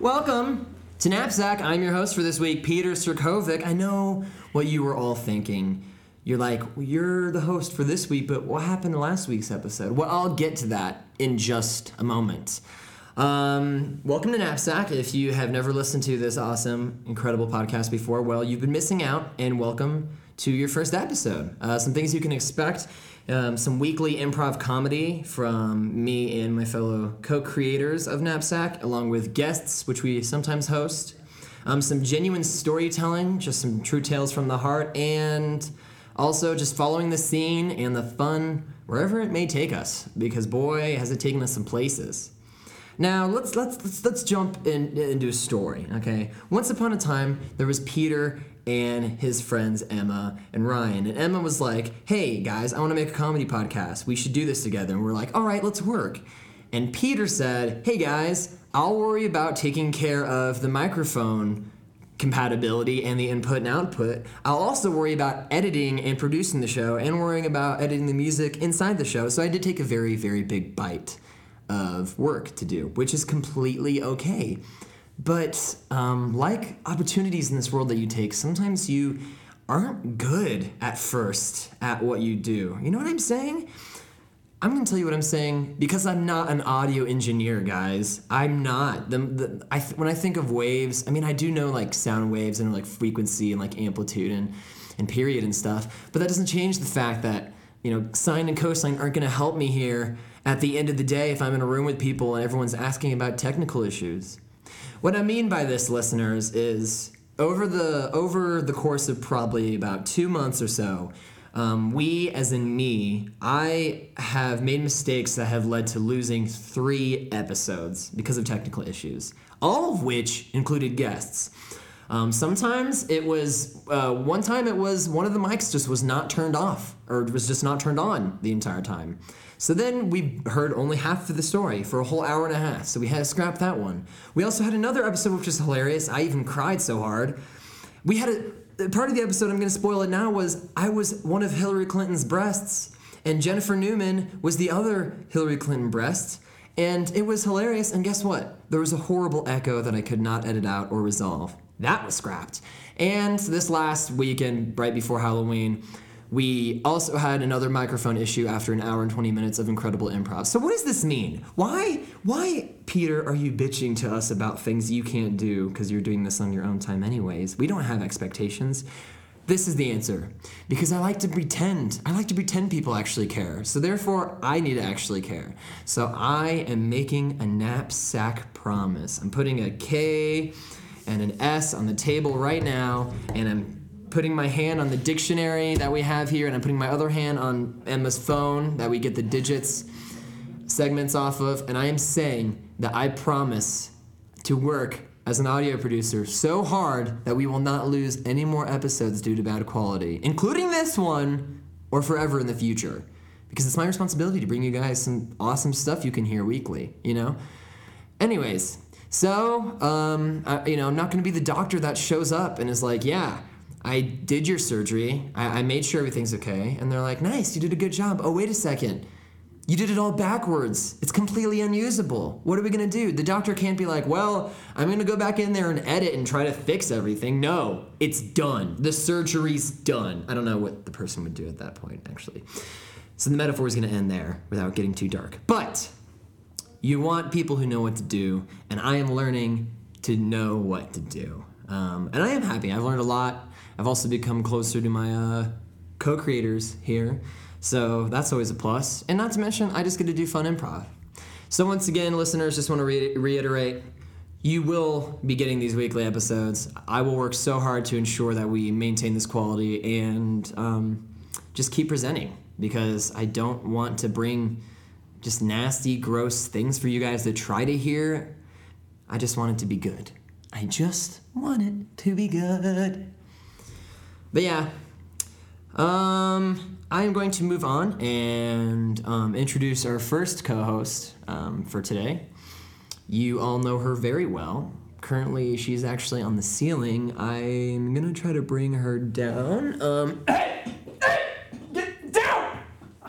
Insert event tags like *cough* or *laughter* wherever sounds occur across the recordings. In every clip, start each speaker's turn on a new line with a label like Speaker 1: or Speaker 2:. Speaker 1: welcome to Knapsack. I'm your host for this week, Peter Sirkovic. I know what you were all thinking. You're like, well, you're the host for this week, but what happened in last week's episode? Well, I'll get to that in just a moment. Um, welcome to Knapsack. If you have never listened to this awesome, incredible podcast before, well, you've been missing out, and welcome to your first episode. Uh, some things you can expect um, some weekly improv comedy from me and my fellow co creators of Knapsack, along with guests, which we sometimes host, um, some genuine storytelling, just some true tales from the heart, and also just following the scene and the fun wherever it may take us, because boy, has it taken us some places. Now let's let's let's, let's jump in, into a story. Okay, once upon a time there was Peter and his friends Emma and Ryan, and Emma was like, "Hey guys, I want to make a comedy podcast. We should do this together." And we're like, "All right, let's work." And Peter said, "Hey guys, I'll worry about taking care of the microphone." compatibility and the input and output. I'll also worry about editing and producing the show and worrying about editing the music inside the show. So I did take a very very big bite of work to do, which is completely okay. But um, like opportunities in this world that you take, sometimes you aren't good at first at what you do. You know what I'm saying? I'm gonna tell you what I'm saying because I'm not an audio engineer, guys. I'm not. The, the I th- when I think of waves, I mean I do know like sound waves and like frequency and like amplitude and and period and stuff, but that doesn't change the fact that you know sine and cosine aren't gonna help me here at the end of the day if I'm in a room with people and everyone's asking about technical issues. What I mean by this, listeners, is over the over the course of probably about two months or so, um, we, as in me, I have made mistakes that have led to losing three episodes because of technical issues, all of which included guests. Um, sometimes it was uh, one time it was one of the mics just was not turned off or was just not turned on the entire time. So then we heard only half of the story for a whole hour and a half. So we had to scrap that one. We also had another episode which was hilarious. I even cried so hard. We had a part of the episode. I'm going to spoil it now. Was I was one of Hillary Clinton's breasts, and Jennifer Newman was the other Hillary Clinton breast. And it was hilarious, and guess what? There was a horrible echo that I could not edit out or resolve. That was scrapped. And this last weekend, right before Halloween, we also had another microphone issue after an hour and 20 minutes of incredible improv. So what does this mean? Why why Peter are you bitching to us about things you can't do cuz you're doing this on your own time anyways? We don't have expectations. This is the answer. Because I like to pretend. I like to pretend people actually care. So therefore, I need to actually care. So I am making a knapsack promise. I'm putting a K and an S on the table right now and I'm putting my hand on the dictionary that we have here, and I'm putting my other hand on Emma's phone that we get the digits segments off of, and I am saying that I promise to work as an audio producer so hard that we will not lose any more episodes due to bad quality, including this one or forever in the future. Because it's my responsibility to bring you guys some awesome stuff you can hear weekly, you know? Anyways, so, um, I, you know, I'm not gonna be the doctor that shows up and is like, yeah, I did your surgery. I, I, made sure everything's okay. And they're like, nice, you did a good job. Oh, wait a second. You did it all backwards. It's completely unusable. What are we going to do? The doctor can't be like, well, I'm going to go back in there and edit and try to fix everything. No, it's done. The surgery's done. I don't know what the person would do at that point, actually. So the metaphor is going to end there without getting too dark. But you want people who know what to do, and I am learning to know what to do. Um, and I am happy. I've learned a lot. I've also become closer to my uh, co creators here, so that's always a plus. And not to mention, I just get to do fun improv. So, once again, listeners, just want to re- reiterate you will be getting these weekly episodes. I will work so hard to ensure that we maintain this quality and um, just keep presenting because I don't want to bring just nasty, gross things for you guys to try to hear. I just want it to be good. I just want it to be good. But yeah, um, I am going to move on and um, introduce our first co host um, for today. You all know her very well. Currently, she's actually on the ceiling. I'm going to try to bring her down. Um, hey! Hey! Get down!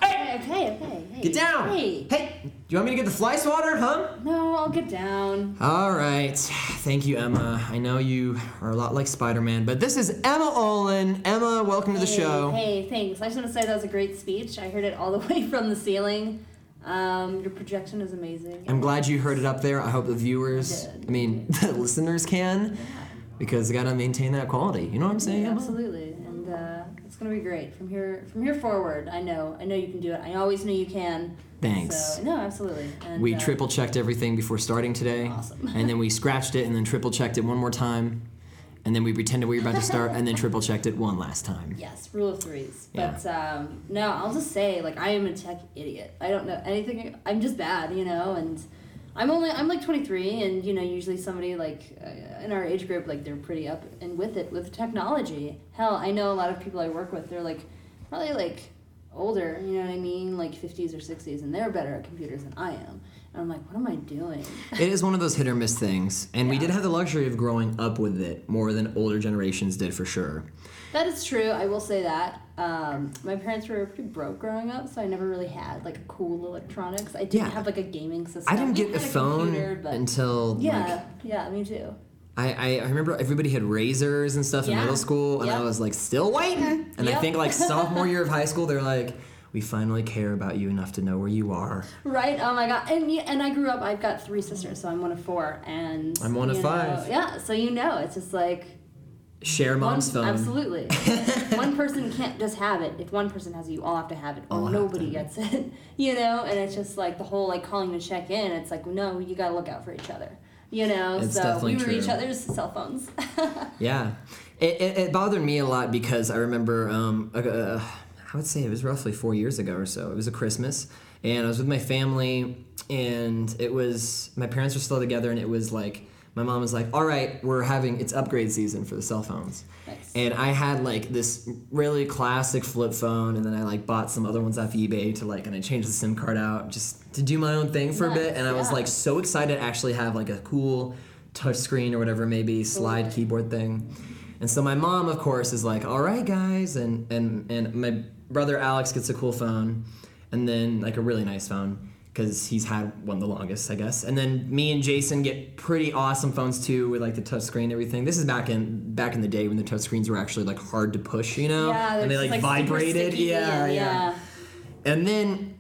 Speaker 2: Hey! Okay, okay, okay.
Speaker 1: Get down!
Speaker 2: Hey!
Speaker 1: Hey! you want me to get the fly swatter, huh?
Speaker 2: No, I'll get down.
Speaker 1: All right. Thank you, Emma. I know you are a lot like Spider Man, but this is Emma Olin. Emma, welcome to the
Speaker 2: Hey,
Speaker 1: show.
Speaker 2: Hey, thanks. I just want to say that was a great speech. I heard it all the *laughs* way from the ceiling. Um, your projection is amazing.
Speaker 1: I'm glad you heard it up there. I hope the viewers,
Speaker 2: I did.
Speaker 1: I mean, *laughs* the listeners can, because they gotta maintain that quality. You know what I'm saying?
Speaker 2: Yeah,
Speaker 1: Emma?
Speaker 2: absolutely, and uh, it's gonna be great from here from here forward. I know, I know you can do it. I always knew you can.
Speaker 1: Thanks.
Speaker 2: So, no, absolutely. And,
Speaker 1: We
Speaker 2: uh,
Speaker 1: triple checked everything before starting today.
Speaker 2: Awesome.
Speaker 1: and then we scratched it and then triple checked it one more time. And then we pretended we were about to start and then triple checked it one last time.
Speaker 2: Yes, rule of threes. But um, no, I'll just say like I am a tech idiot. I don't know anything. I'm just bad, you know. And I'm only I'm like 23, and you know usually somebody like uh, in our age group like they're pretty up and with it with technology. Hell, I know a lot of people I work with. They're like probably like older, you know what I mean, like 50s or 60s, and they're better at computers than I am. And I'm like, what am I doing?
Speaker 1: It is one of those hit or miss things. And we did have the luxury of growing up with it more than older generations did for sure.
Speaker 2: That is true. I will say that. Um, my parents were pretty broke growing up, so I never really had like cool electronics. I didn't
Speaker 1: Yeah.
Speaker 2: have like a gaming system.
Speaker 1: I didn't get
Speaker 2: had
Speaker 1: a phone
Speaker 2: computer, but-
Speaker 1: until
Speaker 2: yeah,
Speaker 1: like,
Speaker 2: yeah, me too.
Speaker 1: I, I- I remember everybody had razors and stuff in
Speaker 2: Yeah.
Speaker 1: middle school, and I
Speaker 2: Yep. Mm-hmm.
Speaker 1: was like still waiting. And I
Speaker 2: Yep.
Speaker 1: think like sophomore year of high school, they're like, we finally care about you enough to know where you are.
Speaker 2: Right? Oh my god! And yeah, and I grew up. I've got three sisters, so I'm one of four, and
Speaker 1: I'm one of
Speaker 2: you know-
Speaker 1: five.
Speaker 2: yeah, so you know, it's just like
Speaker 1: Share mom's
Speaker 2: one,
Speaker 1: phone. *laughs*
Speaker 2: Absolutely, one person can't just have it. If one person has it, you all have to have it, or
Speaker 1: All have
Speaker 2: nobody
Speaker 1: to
Speaker 2: gets it. *laughs* You know, and it's just like the whole like calling to check in. It's like no, you gotta look out for each other. You know,
Speaker 1: It's
Speaker 2: so
Speaker 1: definitely
Speaker 2: we were
Speaker 1: true. Oh,
Speaker 2: each other's cell phones. *laughs*
Speaker 1: Yeah, it, it, it bothered me a lot because I remember um, uh, uh, I would say it was roughly four years ago or so. It was a Christmas, and I was with my family, and it was my parents were still together, and it was like my mom was like, "All right, we're having it's upgrade season for the cell phones,"
Speaker 2: Nice.
Speaker 1: and I had like this really classic flip phone, and then I like bought some other ones off eBay to like, and I changed the SIM card out just to do my own thing for a bit,
Speaker 2: Nice,
Speaker 1: and I was
Speaker 2: yeah.
Speaker 1: like so excited to actually have like a cool touch screen or whatever maybe slide
Speaker 2: Totally.
Speaker 1: keyboard thing. And so my mom, of course, is like, "All right, guys," and and and my brother Alex gets a cool phone, and then like a really nice phone because he's had one the longest, I guess. And then me and Jason get pretty awesome phones too with like the touch screen and everything. This is back in back in the day when the touch screens were actually like hard to push, you know,
Speaker 2: yeah, they're
Speaker 1: and they
Speaker 2: just,
Speaker 1: like,
Speaker 2: super
Speaker 1: vibrated.
Speaker 2: sticky
Speaker 1: yeah,
Speaker 2: and-
Speaker 1: yeah. And then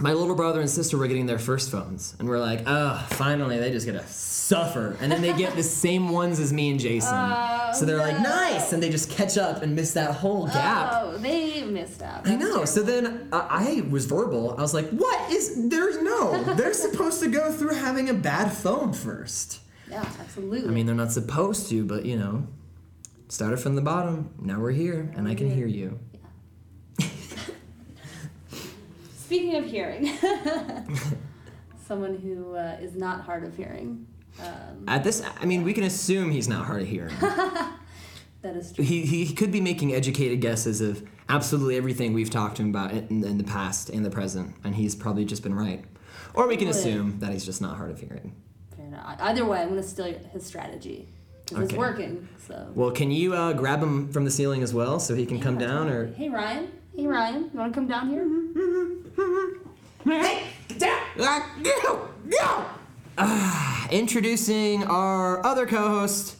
Speaker 1: my little brother and sister were getting their first phones, and we're like, oh, finally, they just gotta suffer. And then they get
Speaker 2: *laughs*
Speaker 1: the same ones as me and Jason.
Speaker 2: Oh,
Speaker 1: so they're like,
Speaker 2: no.
Speaker 1: nice! And they just catch up and miss that whole gap.
Speaker 2: Oh, they missed up.
Speaker 1: I know. So then I, I was verbal. I was like, what is. There's no. They're supposed to go through having a bad phone first.
Speaker 2: Yeah, absolutely.
Speaker 1: I mean, they're not supposed to, but you know, started from the bottom. Now we're here, and I can hear you.
Speaker 2: Speaking of hearing,
Speaker 1: *laughs*
Speaker 2: *laughs* someone who uh, is not hard of hearing. Um,
Speaker 1: At this, I mean, we can assume he's not hard of hearing.
Speaker 2: that
Speaker 1: *laughs*
Speaker 2: is true.
Speaker 1: he, he he could be making educated guesses of absolutely everything we've talked to him about in, in the past and the present, and he's probably just been right. Or we can
Speaker 2: Right.
Speaker 1: assume that he's just not hard of hearing.
Speaker 2: Fair enough. Either way, I'm gonna steal his strategy because
Speaker 1: Okay.
Speaker 2: it's working. So.
Speaker 1: Well, can you uh, grab him from the ceiling as well so he can come
Speaker 2: Yeah,
Speaker 1: down? Or
Speaker 2: totally. Hey Ryan. Hey Ryan. You wanna come down here?
Speaker 1: hey, get down! Ah, go, go! Ah, introducing our other co-host,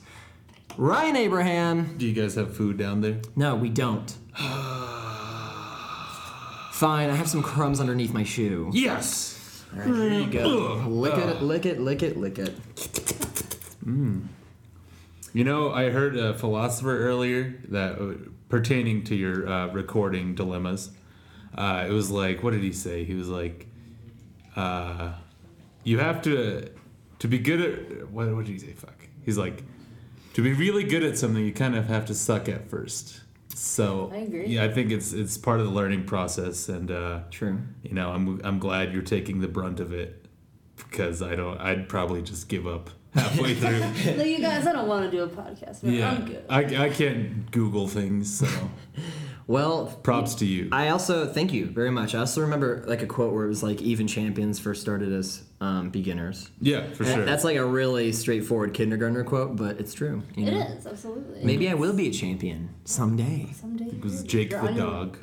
Speaker 1: Ryan Abraham.
Speaker 3: Do you guys have food down there?
Speaker 1: No, we
Speaker 2: *sighs*
Speaker 1: don't. Fine, I have some crumbs underneath my shoe.
Speaker 3: Yes.
Speaker 1: All right, here you go.
Speaker 3: Ugh.
Speaker 1: lick it, lick it, lick it, lick it.
Speaker 3: You know, I heard a philosopher earlier that uh, pertaining to your uh, recording dilemmas. Uh, it was like, what did he say? He was like, uh, you have to to be good at what, what did he say? Fuck. He's like, to be really good at something, you kind of have to suck at first. So
Speaker 2: I agree.
Speaker 3: Yeah, I think it's it's part of the learning process, and uh,
Speaker 1: True.
Speaker 3: you know, I'm I'm glad you're taking the brunt of it because I don't. I'd probably just give up
Speaker 1: *laughs*
Speaker 3: halfway through.
Speaker 2: No, you guys, I don't want to do a podcast. But I'm good.
Speaker 3: I, I can't Google things, so
Speaker 1: Well,
Speaker 3: props to you.
Speaker 1: I also thank you very much. I also remember like a quote where it was like even champions first started as um, beginners.
Speaker 3: Yeah, for
Speaker 1: And
Speaker 3: sure.
Speaker 1: That's like a really straightforward kindergartner quote, but it's true. You
Speaker 2: It
Speaker 1: know?
Speaker 2: is absolutely.
Speaker 1: Maybe I will be a champion someday.
Speaker 2: someday.
Speaker 3: it was Jake
Speaker 2: You're
Speaker 3: the
Speaker 2: on your-
Speaker 3: dog.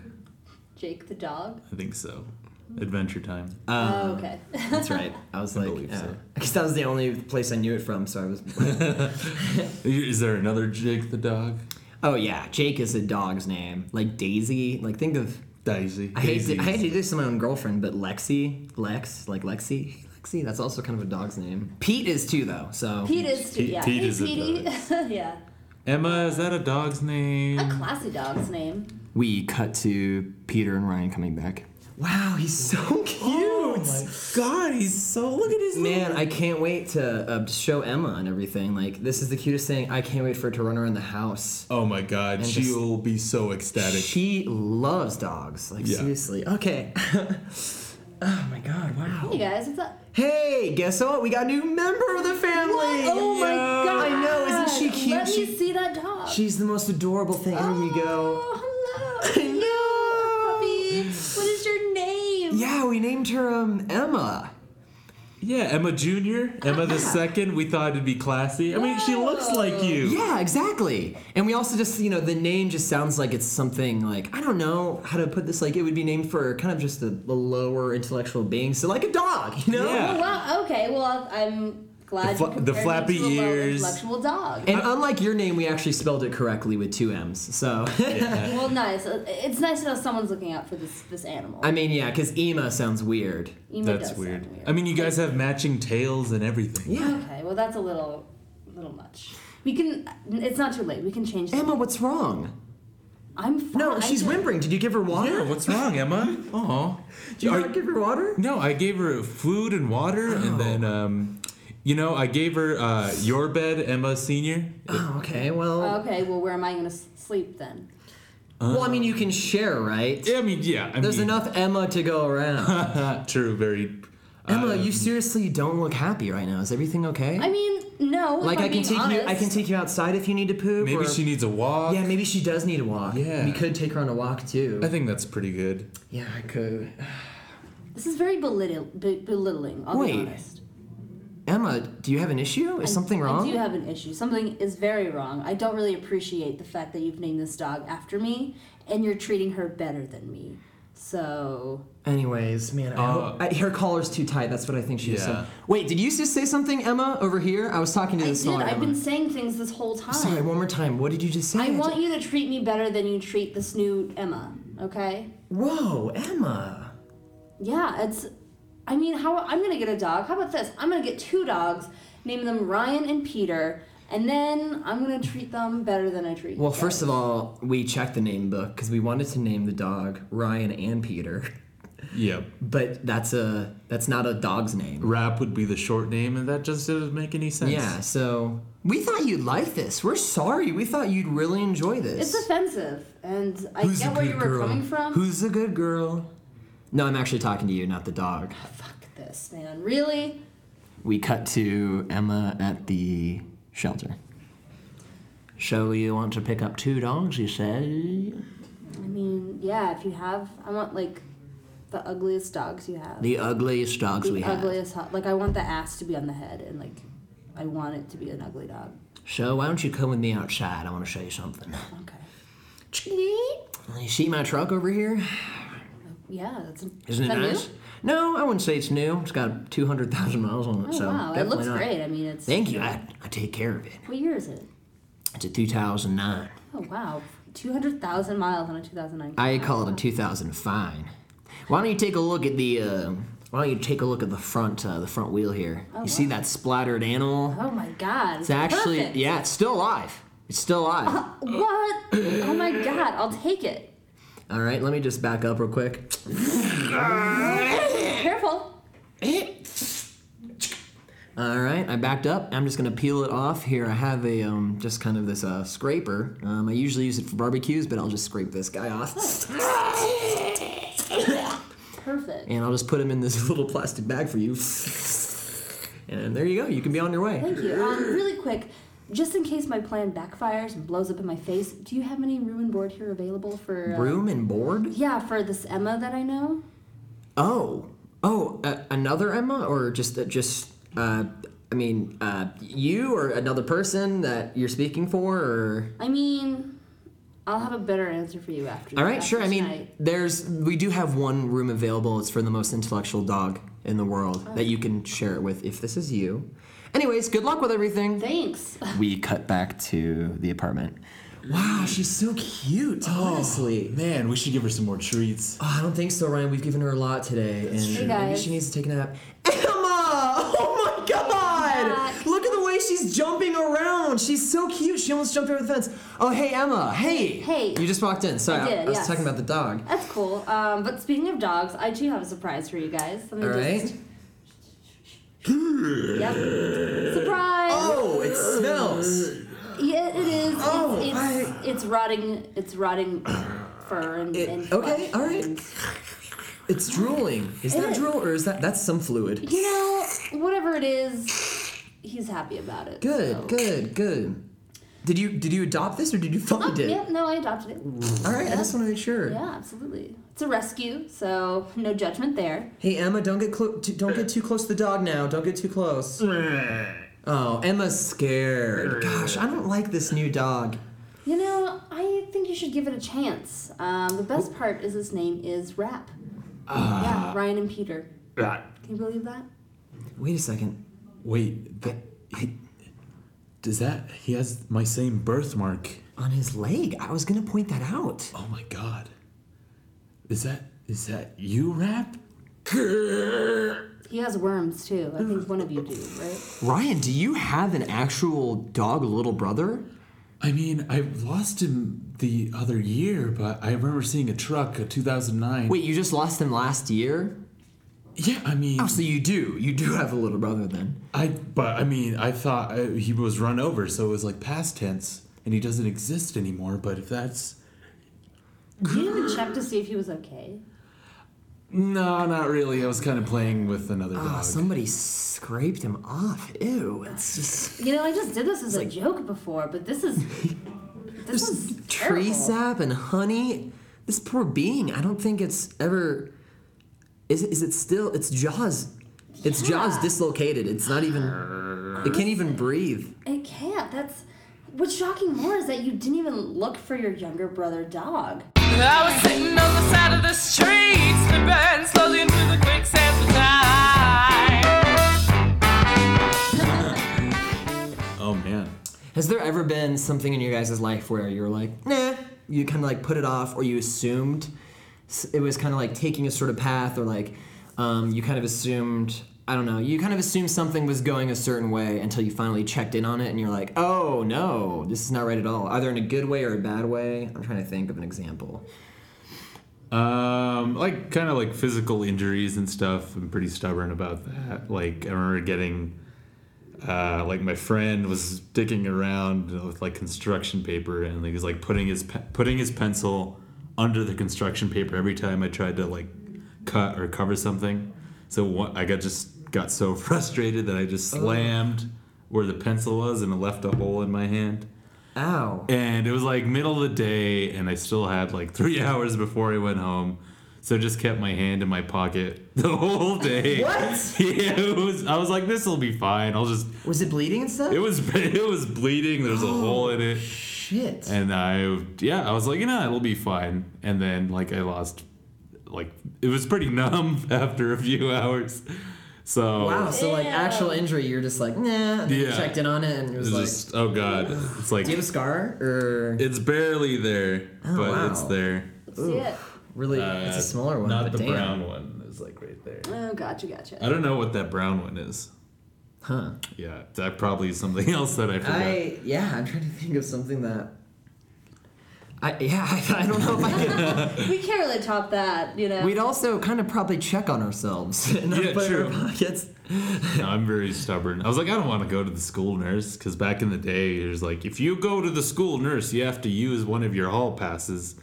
Speaker 2: Jake the dog.
Speaker 3: I think so. Adventure Time.
Speaker 1: Um,
Speaker 2: oh, okay. *laughs*
Speaker 1: That's right.
Speaker 3: *laughs*
Speaker 1: I was like,
Speaker 3: believe so.
Speaker 1: *laughs* because that was the only place I knew it from. So I was. *laughs*
Speaker 3: Is there another Jake the dog?
Speaker 1: oh yeah, Jake is a dog's name. Like Daisy. Like think of.
Speaker 3: Daisy.
Speaker 1: I hate, to,
Speaker 3: Daisy.
Speaker 1: I hate to do this to my own girlfriend, but Lexi, Lex, like Lexi, Lexi. That's also kind of a dog's name. Pete is too though. So
Speaker 2: Pete is too.
Speaker 3: Pete-
Speaker 2: Yeah.
Speaker 3: Pete
Speaker 2: hey,
Speaker 3: is a
Speaker 2: Petey. *laughs* yeah.
Speaker 3: Emma, is that a dog's name?
Speaker 2: A classy dog's name.
Speaker 1: we cut to Peter and Ryan coming back. Wow, he's so cute.
Speaker 3: Oh god, he's so. Look at his
Speaker 1: Oh Man, I can't wait to uh, show Emma and everything. Like, this is the cutest thing. I can't wait for her to run around the house.
Speaker 3: Oh my god,
Speaker 1: And
Speaker 3: she
Speaker 1: just-
Speaker 3: will be so ecstatic.
Speaker 1: She loves dogs. Like,
Speaker 3: Yeah.
Speaker 1: seriously. Okay. *laughs* oh my god, wow.
Speaker 2: Hey guys, what's up?
Speaker 1: Hey, guess what? We got a new member of the family.
Speaker 2: Oh my god!
Speaker 1: I know, isn't she cute?
Speaker 2: Let
Speaker 1: She-
Speaker 2: me see that dog.
Speaker 1: She's the most adorable thing. Here we go.
Speaker 2: Oh,
Speaker 1: I know.
Speaker 2: hello. Puppy. What is your name?
Speaker 1: Yeah, we named her um, Emma.
Speaker 3: Yeah, Emma Junior, Emma the second. We thought it'd be classy. I mean, she looks like you.
Speaker 1: Yeah, exactly. And we also just, you know, the name just sounds like it's something like, I don't know how to put this, like, it would be named for kind of just a, a lower intellectual being. So, like a dog, you know?
Speaker 3: Yeah.
Speaker 2: Oh, wow. Okay. Well, I'm glad
Speaker 3: The
Speaker 2: you
Speaker 3: fla- the
Speaker 2: compared me
Speaker 3: flappy
Speaker 2: to a low
Speaker 3: ears.
Speaker 2: intellectual dog.
Speaker 1: And unlike your name, we actually spelled it correctly with two M's. So,
Speaker 2: well, nice. Uh, It's nice to know someone's looking out for this this animal.
Speaker 1: *laughs* I mean, yeah, because Ema sounds weird.
Speaker 2: Emu does
Speaker 3: That's
Speaker 2: sound
Speaker 3: weird. I mean, you guys have matching tails and everything.
Speaker 1: Yeah.
Speaker 2: okay. Well, that's a little, little much. We can. It's not too late. We can change. that.
Speaker 1: Emma, what's wrong?
Speaker 2: I'm fine.
Speaker 1: No, she's
Speaker 2: I-
Speaker 1: whimpering. Did you give her
Speaker 3: Yeah,
Speaker 1: water?
Speaker 3: what's wrong, Emma? Oh,
Speaker 1: Did you not give her water?
Speaker 3: no, I gave her food and water,
Speaker 1: Oh.
Speaker 3: and then, um, you know, I gave her uh, your bed, Emma Senior.
Speaker 1: Oh, okay, well.
Speaker 2: Okay. Well, where am I going to s- sleep then?
Speaker 1: well, I mean, you can share, right?
Speaker 3: Yeah, I mean, yeah. I
Speaker 1: There's
Speaker 3: mean,
Speaker 1: enough Emma to
Speaker 3: *laughs*
Speaker 1: go around.
Speaker 3: True, very.
Speaker 1: Emma,
Speaker 3: uh,
Speaker 1: you seriously don't look happy right now. Is everything okay?
Speaker 2: I mean, no. if
Speaker 1: like
Speaker 2: I'm
Speaker 1: I can
Speaker 2: being
Speaker 1: take
Speaker 2: honest,
Speaker 1: you. I can take you outside if you need to poop.
Speaker 3: Maybe
Speaker 1: or-
Speaker 3: she needs a walk.
Speaker 1: Yeah, maybe she does need a walk.
Speaker 3: Yeah.
Speaker 1: We could take her on a walk too.
Speaker 3: I think that's pretty good.
Speaker 1: yeah, I could.
Speaker 2: This is very belittle, be, belittling. I'll
Speaker 1: Wait.
Speaker 2: be honest.
Speaker 1: Emma, do you have an issue? Is
Speaker 2: I-
Speaker 1: something wrong?
Speaker 2: I do have an issue. Something is very wrong. I don't really appreciate the fact that you've named this dog after me, and you're treating her better than me. So
Speaker 1: Anyways, man, I hope, I, her collar's too tight. That's what I think she just
Speaker 3: Yeah.
Speaker 1: said. Wait, did you just say something, Emma, over here? I was talking to
Speaker 2: I
Speaker 1: this
Speaker 2: did.
Speaker 1: smaller
Speaker 2: I've
Speaker 1: Emma.
Speaker 2: been saying things this whole time.
Speaker 1: Sorry, one more time. What did you just say?
Speaker 2: I want you to treat me better than you treat this new Emma. Okay?
Speaker 1: Whoa, Emma.
Speaker 2: Yeah, it's. I mean, how I'm gonna get a dog. How about this? I'm gonna get two dogs, name them Ryan and Peter, and then I'm gonna treat them better than I treat.
Speaker 1: Well,
Speaker 2: you
Speaker 1: first of all, we checked the name book because we wanted to name the dog Ryan and Peter,
Speaker 3: Yeah.
Speaker 1: but that's a that's not a dog's name.
Speaker 3: Rap would be the short name, and that just doesn't make any sense.
Speaker 1: Yeah, so we thought you'd like this. We're sorry. We thought you'd really enjoy this.
Speaker 2: It's offensive, and I
Speaker 1: Who's
Speaker 2: get
Speaker 1: a
Speaker 2: where
Speaker 1: good
Speaker 2: you were
Speaker 1: girl?
Speaker 2: coming from.
Speaker 1: Who's a good girl? No, I'm actually talking to you, not the dog.
Speaker 2: Fuck this, man. Really?
Speaker 1: We cut to Emma at the shelter. So you want to pick up two dogs, you say?
Speaker 2: I mean, yeah. If you have, I want like the ugliest dogs you have.
Speaker 1: The ugliest dogs
Speaker 2: The
Speaker 1: we have.
Speaker 2: ugliest, ho- like I want the ass to be on the head, and like I want it to be an ugly dog.
Speaker 1: So why don't you come with me outside? I want to show you something.
Speaker 2: Okay.
Speaker 1: You see my truck over here?
Speaker 2: Yeah, that's. oh,
Speaker 1: Isn't it
Speaker 2: that
Speaker 1: nice?
Speaker 2: New?
Speaker 1: No, I wouldn't say it's new. It's got 200,000 miles on it,
Speaker 2: Oh
Speaker 1: so
Speaker 2: wow, it
Speaker 1: definitely
Speaker 2: looks
Speaker 1: not.
Speaker 2: great. I mean, it's.
Speaker 1: Thank you. I, I take care of it.
Speaker 2: What year is it?
Speaker 1: It's a 2009.
Speaker 2: Oh wow, two hundred thousand miles on a two thousand nine.
Speaker 1: I call it a 2000 fine. Why don't you take a look at the? Uh, why don't you take a look at the front? Uh, the front wheel here. you see that splattered animal?
Speaker 2: Oh my god.
Speaker 1: It's actually
Speaker 2: perfect.
Speaker 1: yeah, it's still alive. It's still alive. *laughs*
Speaker 2: What? Oh my god, I'll take it.
Speaker 1: All right, let me just back up real quick.
Speaker 2: Careful.
Speaker 1: All right, I backed up. I'm just gonna peel it off here. I have a um, just kind of this uh, scraper. Um, I usually use it for barbecues, but I'll just scrape this guy
Speaker 2: *laughs*
Speaker 1: off,
Speaker 2: Perfect.
Speaker 1: and I'll just put him in this *laughs* little plastic bag for you. *laughs* And there you go. You can be on your way.
Speaker 2: Thank you. Um, really quick, just in case my plan backfires and blows up in my face, do you have any room and board here available for? Uh,
Speaker 1: Room and board.
Speaker 2: yeah, for this Emma that I know.
Speaker 1: Oh, oh, uh, another Emma, or just uh, just uh, I mean, uh, you or another person that you're speaking for, or
Speaker 2: I mean, I'll have a better answer for you after.
Speaker 1: All right,
Speaker 2: after
Speaker 1: sure. I mean,
Speaker 2: tonight.
Speaker 1: there's we do have one room available. It's for the most intellectual dog in the world that you can share it with if this is you. Anyways, good luck with everything.
Speaker 2: thanks.
Speaker 1: We cut back to the apartment. Wow, she's so cute. Honestly.
Speaker 4: Man, we should give her some more treats.
Speaker 1: Oh, I don't think so, Ryan. We've given her a lot today, and
Speaker 2: true.
Speaker 1: maybe
Speaker 2: Hey, guys.
Speaker 1: she needs to take a nap. Emma! Oh my God!
Speaker 2: back.
Speaker 1: Look at the way she's jumping around. She's so cute. She almost jumped over the fence. Oh, hey, Emma. Hey.
Speaker 2: Hey.
Speaker 1: You just walked in. Sorry, I,
Speaker 2: did,
Speaker 1: I was
Speaker 2: yes.
Speaker 1: talking about the dog.
Speaker 2: That's cool. Um, but speaking of dogs, I do have a surprise for you guys. Let me
Speaker 1: All right.
Speaker 2: just- Yep. Surprise!
Speaker 1: Oh, it smells.
Speaker 2: Yeah, it is. It's,
Speaker 1: Oh,
Speaker 2: it's,
Speaker 1: I-
Speaker 2: it's rotting. It's rotting fur and,
Speaker 1: It-
Speaker 2: and
Speaker 1: okay,
Speaker 2: flesh
Speaker 1: all right.
Speaker 2: and-
Speaker 1: It's drooling. Is that
Speaker 2: is.
Speaker 1: drool or is that that's some fluid?
Speaker 2: you know, whatever it is, he's happy about it.
Speaker 1: Good,
Speaker 2: so.
Speaker 1: good, good. Did you did you adopt this or did you
Speaker 2: Oh,
Speaker 1: find it?
Speaker 2: yeah, no, I adopted it.
Speaker 1: All right, I just want to make sure.
Speaker 2: Yeah, absolutely. It's a rescue, so no judgment there.
Speaker 1: Hey Emma, don't get clo- t- don't get too close to the dog now. Don't get too close. Oh, Emma's scared. Gosh, I don't like this new dog.
Speaker 2: You know, I think you should give it a chance. Um, the
Speaker 1: Oh.
Speaker 2: best part is his name is Rap.
Speaker 1: Ah.
Speaker 2: yeah, Ryan and Peter. Can you believe that?
Speaker 1: Wait a second.
Speaker 4: Wait, that,
Speaker 1: I,
Speaker 4: does that? He has my same birthmark.
Speaker 1: on his leg. I was gonna point that out.
Speaker 4: Oh my god. Is that is that you rap?
Speaker 2: He has worms too. I think one of you do,
Speaker 1: *sighs*
Speaker 2: right?
Speaker 1: Ryan, do you have an actual dog little brother?
Speaker 4: I mean, I lost him the other year, but I remember seeing a truck, a 2009.
Speaker 1: Wait, you just lost him last year?
Speaker 4: yeah, I mean,
Speaker 1: Oh, so you do. You do have a little brother then.
Speaker 4: I but I mean, I thought uh, he was run over, so it was like past tense, and he doesn't exist anymore. But if that's
Speaker 2: Did you even check to see if he was okay?
Speaker 4: no, not really. I was kind of playing with another
Speaker 1: Oh,
Speaker 4: dog.
Speaker 1: somebody scraped him off. Ew, it's just
Speaker 2: You know, I just did this as a joke before, but
Speaker 1: *laughs*
Speaker 2: this is this is
Speaker 1: tree
Speaker 2: terrible.
Speaker 1: sap and honey. This poor being. I don't think it's ever. Is it, is it still? Its jaws. Its jaws
Speaker 2: Yeah.
Speaker 1: dislocated. It's not even. It can't even breathe.
Speaker 2: It can't. That's what's shocking more is that you didn't even look for your younger brother dog.
Speaker 5: I was sitting on the side of the street, slipping slowly into the quicksand of time.
Speaker 4: oh man,
Speaker 1: Has there ever been something in your guys' life where you're like, nah, you kind of like put it off, or you assumed s- it was kind of like taking a sort of path, or like um, you kind of assumed, I don't know, you kind of assumed something was going a certain way until you finally checked in on it, and you're like, oh no, this is not right at all, either in a good way or a bad way. I'm trying to think of an example.
Speaker 3: Um, like kind of like physical injuries and stuff. I'm pretty stubborn about that. Like I remember getting, uh, like my friend was dicking around with like construction paper and he was like putting his pe- putting his pencil under the construction paper every time I tried to like cut or cover something. So one, I got just got so *laughs* frustrated that I just slammed where the pencil was and it left a hole in my hand.
Speaker 1: Ow.
Speaker 3: And it was like middle of the day, and I still had like three *laughs* hours before I went home. So I just kept my hand in my pocket *laughs* the whole day.
Speaker 1: What?
Speaker 3: *laughs* Yeah, it was, I was like, this will be fine. I'll just.
Speaker 1: Was it bleeding and stuff?
Speaker 3: It was *laughs* it was bleeding.
Speaker 1: *gasps*
Speaker 3: There's a hole in it,
Speaker 1: Shit.
Speaker 3: and I yeah, I was like, you know, it'll be fine. And then like I lost, like it was pretty numb *laughs* after a few hours. So
Speaker 1: wow, so like actual injury, you're just like, nah, and then you
Speaker 3: Yeah.
Speaker 1: checked in on it, and it
Speaker 3: it
Speaker 1: was
Speaker 3: was
Speaker 1: like,
Speaker 3: just oh god, it's like
Speaker 1: do you have a scar? Or.
Speaker 3: it's barely there,
Speaker 1: Oh,
Speaker 3: but
Speaker 1: wow.
Speaker 3: it's there.
Speaker 2: Let's see it.
Speaker 1: Really, it's
Speaker 3: Uh,
Speaker 1: a smaller one.
Speaker 3: Not
Speaker 1: but
Speaker 3: the
Speaker 1: damn.
Speaker 3: brown one. Is like right there.
Speaker 2: Oh, gotcha,
Speaker 3: I
Speaker 1: Uh,
Speaker 2: gotcha.
Speaker 3: don't know what that brown one is.
Speaker 1: Huh.
Speaker 3: Yeah, that probably is something *laughs* else that I forgot.
Speaker 1: I yeah, I'm trying to think of something that. I yeah, *laughs* I, I don't know if I *laughs* could.
Speaker 2: We can't really top that, you know.
Speaker 1: We'd also kind of probably check on ourselves. *laughs* and not
Speaker 3: Yeah,
Speaker 1: put it in our
Speaker 3: true.
Speaker 1: pockets.
Speaker 3: No, I'm very stubborn. I was like, I don't want to go to the school nurse because back in the day, it was like, if you go to the school nurse, you have to use one of your hall passes.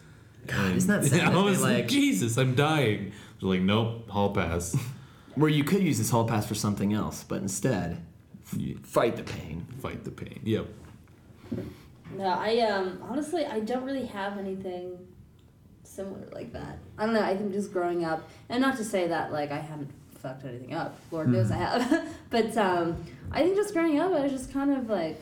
Speaker 3: God,
Speaker 1: isn't
Speaker 3: *laughs*
Speaker 1: that sad that
Speaker 3: I
Speaker 1: they,
Speaker 3: Um, was like,
Speaker 1: like-
Speaker 3: Jesus, I'm dying. They're like, nope, hall pass. *laughs*
Speaker 1: Where you could use this hall pass for something else, but instead, f- fight the pain.
Speaker 3: Fight the pain. Yep.
Speaker 2: No, I um honestly I don't really have anything similar like that. I don't know. I think just growing up, and not to say that like I haven't fucked *laughs* anything up. Lord knows I have, but um I think just growing up, I was just kind of like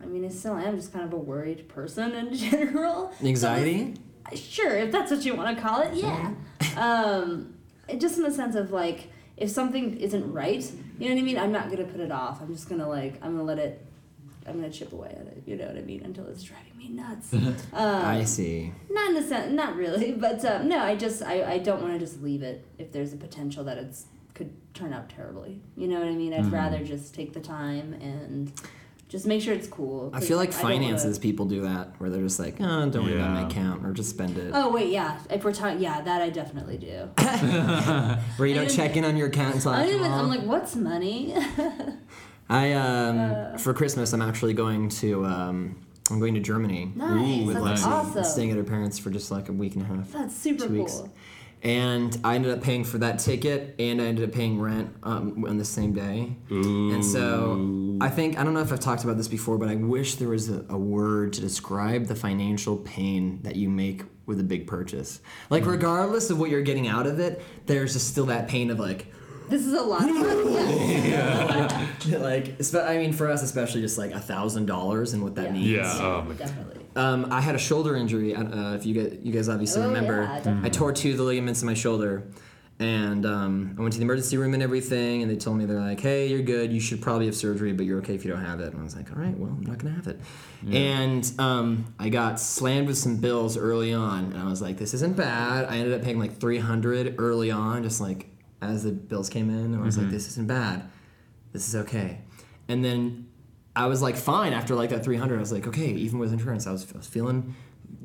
Speaker 2: I I mean, I still am just kind of a worried person in *laughs* general.
Speaker 1: Anxiety?
Speaker 2: sure, if that's what you want to call it, yeah. um, it- just in the sense of like, if something isn't right, you know what I mean. I'm not gonna put it off. I'm just gonna like, I'm gonna let it. I'm gonna chip away at it. You know what I mean until it's driving me
Speaker 1: *laughs*
Speaker 2: nuts. um,
Speaker 1: I see.
Speaker 2: not in a sense, not really, *laughs* but um, no. I just, I, I don't want to just leave it if there's a potential that it's could turn out terribly. You know what I mean. I'd
Speaker 1: Mm-hmm.
Speaker 2: rather just take the time and. Just make sure it's cool.
Speaker 1: I
Speaker 2: 'cause
Speaker 1: feel like
Speaker 2: don't wanna-
Speaker 1: finances people do that where they're just like, oh, don't worry about my
Speaker 3: Yeah.
Speaker 1: account or just spend it.
Speaker 2: Oh wait, yeah. If we're talking, yeah, that I definitely do.
Speaker 1: Where you
Speaker 2: I
Speaker 1: don't
Speaker 2: didn't-
Speaker 1: check in on your account until
Speaker 2: I
Speaker 1: after.
Speaker 2: don't even,
Speaker 1: all.
Speaker 2: I'm like, what's money? *laughs*
Speaker 1: I um
Speaker 2: uh,
Speaker 1: for Christmas I'm actually going to um I'm going to Germany.
Speaker 2: Nice,
Speaker 1: with
Speaker 2: that's
Speaker 1: Lexi.
Speaker 2: awesome.
Speaker 1: Staying at her parents for just like a week and a half.
Speaker 2: That's super
Speaker 1: two weeks.
Speaker 2: cool.
Speaker 1: And I ended up paying for that ticket, and I ended up paying rent um, on the same day. And so I think I don't know if I've talked about this before, but I wish there was a, a word to describe the financial pain that you make with a big purchase. Like regardless of what you're getting out of it, there's just still that pain of like, *laughs*
Speaker 2: This is a lot. of money. Yeah.
Speaker 1: like espe- I mean for us especially just like a thousand dollars and what that
Speaker 2: Yeah.
Speaker 1: means.
Speaker 3: Yeah. Oh my
Speaker 2: Definitely.
Speaker 1: Um, I had a shoulder injury. Uh, if you guys, you guys obviously
Speaker 2: Oh,
Speaker 1: remember,
Speaker 2: yeah, definitely.
Speaker 1: I tore two of the ligaments in my shoulder, and um, I went to the emergency room and everything, and they told me they're like, "Hey, you're good. You should probably have surgery, but you're okay if you don't have it." And I was like, "All right, well, I'm not gonna have it." And um, I got slammed with some bills early on, and I was like, "This isn't bad." I ended up paying like 300 early on, just like as the bills came in, and I was like, "This isn't bad. This is okay." And then I was like fine after like that 300. I was like, okay, even with insurance, I was, I was feeling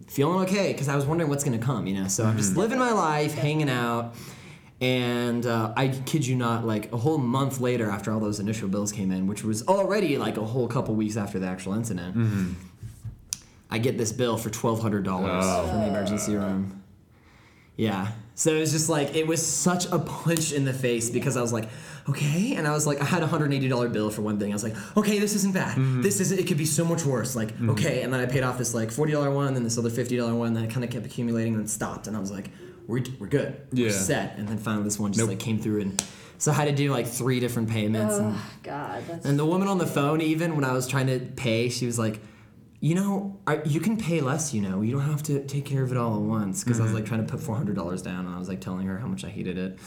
Speaker 1: feeling okay because I was wondering what's gonna come, you know. So I'm just living my life, hanging out, and uh, I kid you not, like a whole month later after all those initial bills came in, which was already like a whole couple weeks after the actual incident, I get this bill for twelve hundred dollars from the emergency room. Yeah. So it was just like it was such a punch in the face because I was like, okay, and I was like, I had a hundred eighty dollar bill for one thing. I was like, okay, this isn't bad. This isn't. It could be so much worse. Like, okay, and then I paid off this like forty dollar one, then this other fifty dollar one, then it kind of kept accumulating, and then stopped, and I was like, we're we're good. We're
Speaker 3: Yeah.
Speaker 1: set. And then finally this one just like came through, and so I had to do like three different payments. and
Speaker 2: Oh God, that's
Speaker 1: and the woman on the phone, even when I was trying to pay, she was like, "You know, I, you can pay less. You know, you don't have to take care of it all at once." Because I was like trying to put four hundred dollars down, and I was like telling her how much I hated it.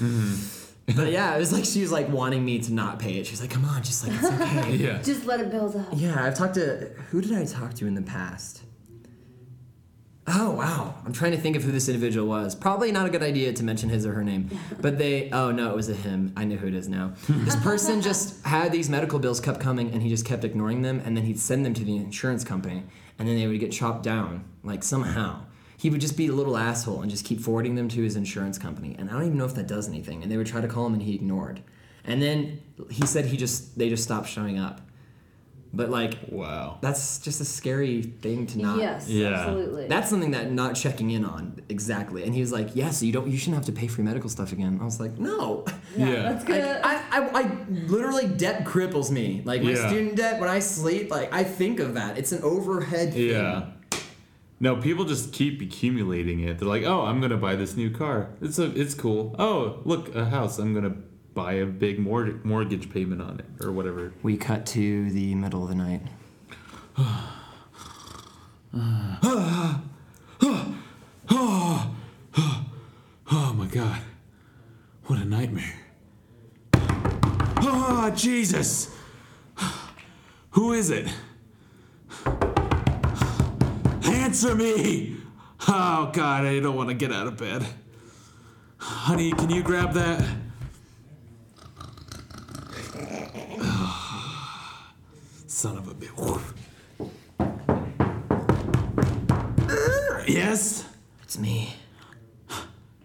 Speaker 1: but yeah, it was like she was like wanting me to not pay it. She was like, "Come on, just like it's okay."
Speaker 3: Yeah.
Speaker 1: *laughs*
Speaker 2: just let it build up.
Speaker 1: yeah, I've talked to who did I talk to in the past? Oh wow, I'm trying to think of who this individual was. Probably not a good idea to mention his or her name, but they. Oh no, it was a him. I know who it is now. this person just had these medical bills kept coming, and he just kept ignoring them, and then he'd send them to the insurance company, and then they would get chopped down like somehow. He would just be a little asshole and just keep forwarding them to his insurance company, and I don't even know if that does anything. And they would try to call him, and he ignored. And then he said he just they just stopped showing up. But like
Speaker 3: Wow.
Speaker 1: that's just a scary thing to not.
Speaker 2: Yes,
Speaker 3: Yeah.
Speaker 2: absolutely.
Speaker 1: That's something that not checking in on exactly. And he was like, "Yes, you don't. You shouldn't have to pay free medical stuff again." I was like, "No." *laughs*
Speaker 2: yeah,
Speaker 3: Yeah.
Speaker 2: That's
Speaker 1: Like,
Speaker 2: gonna.
Speaker 1: I, I, I literally debt cripples me. Like my
Speaker 3: Yeah.
Speaker 1: student debt. When I sleep, like I think of that. It's an overhead. thing.
Speaker 3: Yeah. No, people just keep accumulating it. They're like, "Oh, I'm gonna buy this new car. It's a, it's cool. Oh, look, a house. I'm gonna buy a big mor- mortgage payment on it or whatever."
Speaker 1: We cut to the middle of the night.
Speaker 4: Oh my god. What a nightmare. Oh, Jesus. Who is it? Answer me. Oh god, I don't want to get out of bed. Honey, can you grab that? Son of a bitch. Yes?
Speaker 1: It's me.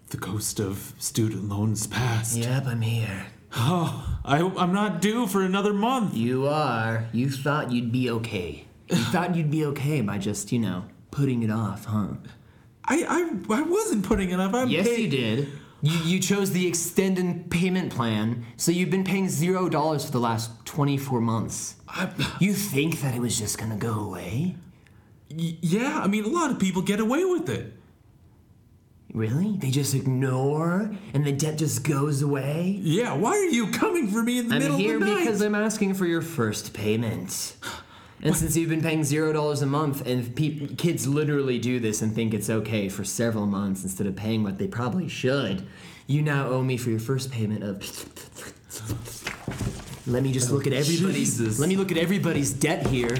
Speaker 4: The ghost of student loans past.
Speaker 1: Yep, I'm here.
Speaker 4: Oh, I, I'm not due for another month.
Speaker 1: You are. You thought you'd be okay. You thought you'd be okay by just you know putting it off, huh?
Speaker 4: I, I, I wasn't putting enough. I'm
Speaker 1: Yes,
Speaker 4: paid-
Speaker 1: you did. You, you chose the extended payment plan, so you've been paying zero dollars for the last 24 months.
Speaker 4: I-
Speaker 1: You think that it was just gonna go away?
Speaker 4: y- yeah, I mean, a lot of people get away with it.
Speaker 1: Really? They just ignore and the debt just goes away?
Speaker 4: Yeah, why are you coming for me in the
Speaker 1: I'm
Speaker 4: middle
Speaker 1: here
Speaker 4: of the night?
Speaker 1: because I'm asking for your first payment. And since you've been paying zero dollars a month, and peop kids literally do this and think it's okay for several months instead of paying what they probably should, you now owe me for your first payment of. Let me
Speaker 4: Oh,
Speaker 1: just look at everybody's.
Speaker 6: Jesus.
Speaker 1: Let me look at everybody's debt here.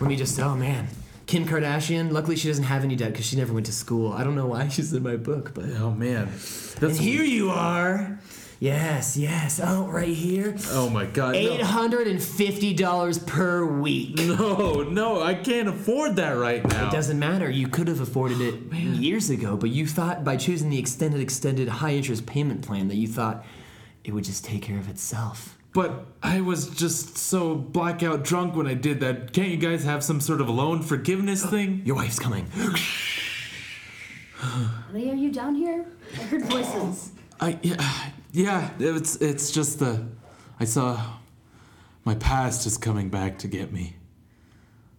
Speaker 1: Let me just. Oh man, Kim Kardashian. Luckily, she doesn't have any debt because she never went to school. I don't know why she's in my book, but.
Speaker 6: Oh man,
Speaker 1: And
Speaker 6: that's
Speaker 1: here you are. Yes, yes. Oh, right here.
Speaker 6: Oh my god.
Speaker 4: *laughs*
Speaker 1: Eight
Speaker 6: No.
Speaker 1: hundred and fifty dollars per week.
Speaker 6: no, no, I can't afford that right now.
Speaker 1: It doesn't matter. You could have afforded *gasps* it years ago, but you thought by choosing the extended, extended high interest payment plan that you thought it would just take care of itself.
Speaker 6: But I was just so blackout drunk when I did that. Can't you guys have some sort of loan forgiveness
Speaker 1: Oh,
Speaker 6: thing?
Speaker 1: Your wife's coming.
Speaker 2: Honey, are you down here? I heard voices.
Speaker 3: I yeah, yeah. It's it's just the I saw my past is coming back to get me.